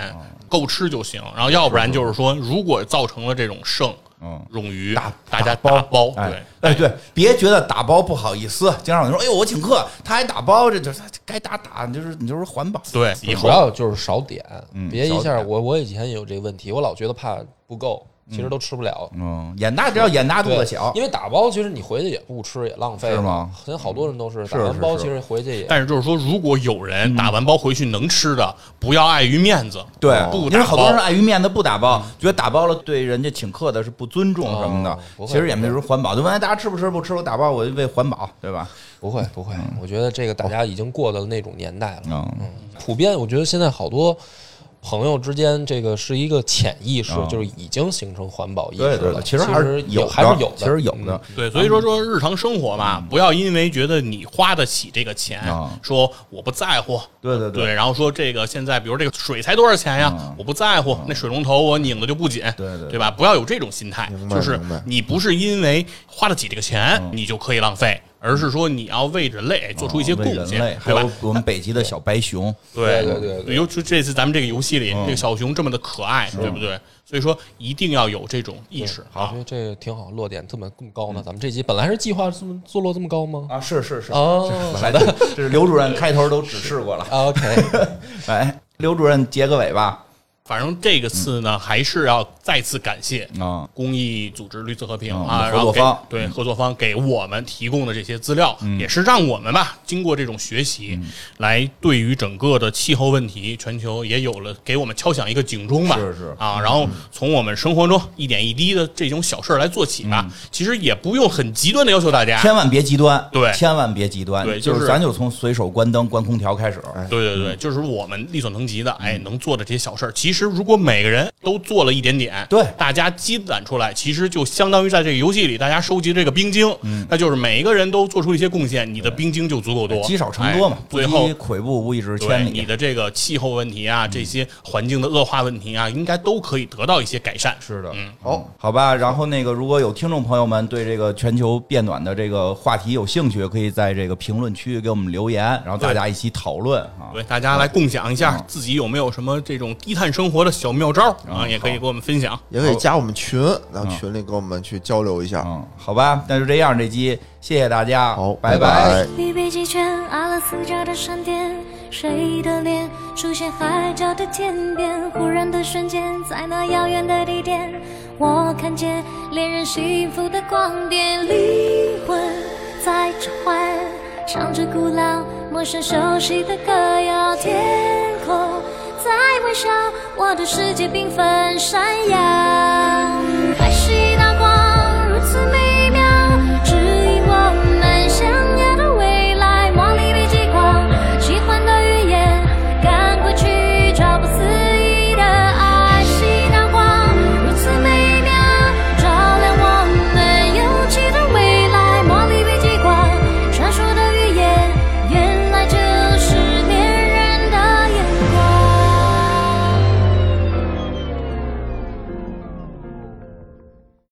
Speaker 7: 够吃就行。然后要不然就是说，如果造成了这种剩
Speaker 4: 嗯
Speaker 7: 冗余
Speaker 4: 打，
Speaker 7: 大家
Speaker 4: 打包
Speaker 7: 打包，对
Speaker 4: 哎，哎，对，别觉得打包不好意思，经常有人说，哎呦，我请客，他还打包，这就是该打打，就是你就是环保。
Speaker 7: 对，以
Speaker 5: 主
Speaker 7: 后
Speaker 5: 要就是少点，
Speaker 4: 嗯
Speaker 5: 别一下我我以前也有这个问题，我老觉得怕不够，其实都吃不了。
Speaker 4: 嗯，眼大只要眼大肚
Speaker 5: 对，
Speaker 4: 子小，
Speaker 5: 因为打包其实你回去也不吃，也浪费
Speaker 4: 是吗
Speaker 5: 现在好多人都是打完包，其实回去也
Speaker 7: 但是就是说，如果有人打完包回去能吃的，不要碍于面子，
Speaker 4: 对，哦
Speaker 7: 不
Speaker 4: 嗯因为
Speaker 7: 打
Speaker 4: 好多人
Speaker 7: 包。
Speaker 4: 碍于面子不打包，觉得打包了对人家请客的是不尊重什么
Speaker 5: 哦
Speaker 4: 的，
Speaker 5: 不会
Speaker 4: 其实也没说环保。就问哎大家吃不吃，不吃我打包，我为环保，对吧？
Speaker 5: 不会不会。我觉得这个大家已经过的那种年代了，
Speaker 4: 嗯，
Speaker 5: 普遍我觉得现在好多。朋友之间，这个是一个潜意识，
Speaker 4: 嗯
Speaker 5: 就是已经形成环保意识
Speaker 4: 对对
Speaker 5: 了。
Speaker 4: 对，
Speaker 5: 其
Speaker 4: 还是
Speaker 5: 有，
Speaker 4: 有
Speaker 5: 还是有的，
Speaker 4: 其实有的
Speaker 5: 嗯。。
Speaker 7: 对，所以说说日常生活嘛，不要因为觉得你花得起这个钱
Speaker 4: 啊，
Speaker 7: 说我不在乎，
Speaker 4: 对对
Speaker 7: 对，然后说这个现在，比如这个水才多少钱呀？
Speaker 4: 嗯
Speaker 7: 我不在乎，那水龙头我拧的就不紧，
Speaker 4: 对对对
Speaker 7: 吧？不要有这种心态，
Speaker 6: 明白
Speaker 7: 就是
Speaker 6: 明白
Speaker 7: 你不是因为花得起这个钱，你就可以浪费，而是说你要为人类做出一些
Speaker 4: 为
Speaker 7: 贡
Speaker 4: 人
Speaker 7: 献，
Speaker 4: 类，还
Speaker 7: 对吧
Speaker 4: 有？我们北极的小白熊，
Speaker 7: 对
Speaker 5: 对对对对
Speaker 7: 尤其这次咱们这个游戏里，这个小熊这么的可爱，对不对？所以说一定要有这种意识
Speaker 5: 我
Speaker 7: 啊
Speaker 5: 觉。得这个挺好，落点这么更高
Speaker 4: 嗯
Speaker 5: 呢。咱们这集本来是计划这么坐落这么高吗？
Speaker 4: 啊，是是是，
Speaker 5: 哦
Speaker 4: 来的，这是刘主任开头都指示过了。
Speaker 5: ，OK，
Speaker 4: 哎，刘主任结个尾吧。
Speaker 7: 反正这个次呢，还是要再次感谢
Speaker 4: 啊，
Speaker 7: 公益组织绿色和平
Speaker 4: 嗯嗯
Speaker 7: 啊，
Speaker 4: 合
Speaker 7: 然
Speaker 4: 作
Speaker 7: 后给
Speaker 4: 方
Speaker 7: 对合作方给我们提供的这些资料，也是让我们吧，经过这种学习，
Speaker 4: 嗯
Speaker 7: 来对于整个的气候问题，全球也有了给我们敲响一个警钟吧，
Speaker 4: 是是嗯
Speaker 7: 啊，然后从我们生活中一点一滴的这种小事儿来做起
Speaker 4: 嗯
Speaker 7: 吧，其实也不用很极端的要求大家，
Speaker 4: 千万别极端，
Speaker 7: 对
Speaker 4: 千万别极端，
Speaker 7: 对
Speaker 4: 就
Speaker 7: 就是
Speaker 4: 咱就从随手关灯、关空调开始。哎嗯
Speaker 7: 哎对对对，就是我们力所能及的，哎，能做的这些小事儿，其实如果每个人都做了一点点，
Speaker 4: 对
Speaker 7: 大家积攒出来，其实就相当于在这个游戏里大家收集这个冰晶，
Speaker 4: 嗯
Speaker 7: 那就是每一个人都做出一些贡献，你的冰晶就足够多，
Speaker 4: 积少成多嘛
Speaker 7: 哎，
Speaker 4: 不
Speaker 7: 最后
Speaker 4: 积啊跬步，无以至
Speaker 7: 对
Speaker 4: 千
Speaker 7: 你
Speaker 4: 里。
Speaker 7: 的这个气候问题
Speaker 4: 嗯
Speaker 7: 啊，这些环境的恶化问题啊，应该都可以得到一些改善。
Speaker 4: 是的，
Speaker 7: 嗯，
Speaker 6: 哦，
Speaker 4: 好吧。然后那个，如果有听众朋友们对这个全球变暖的这个话题有兴趣，可以在这个评论区给我们留言，然后大家一起讨论啊。嗯
Speaker 7: 对，大家来共享一下自己有没有什么这种低碳生活的小妙招啊，也可以给我们分享。
Speaker 6: 也可以加我们群，然后群里跟我们去交流一下。
Speaker 4: 嗯，好吧，那就这样，这期谢谢大家，
Speaker 6: 好，
Speaker 4: 拜
Speaker 6: 拜
Speaker 2: 离北极圈，阿拉斯加的山巅，谁的脸出现海角的天边？忽然的瞬间，在那遥远的地点，我看见恋人幸福的光点，灵魂在召唤，唱着古老、陌生、熟悉的歌谣，天空在微笑，我的世界缤纷闪耀。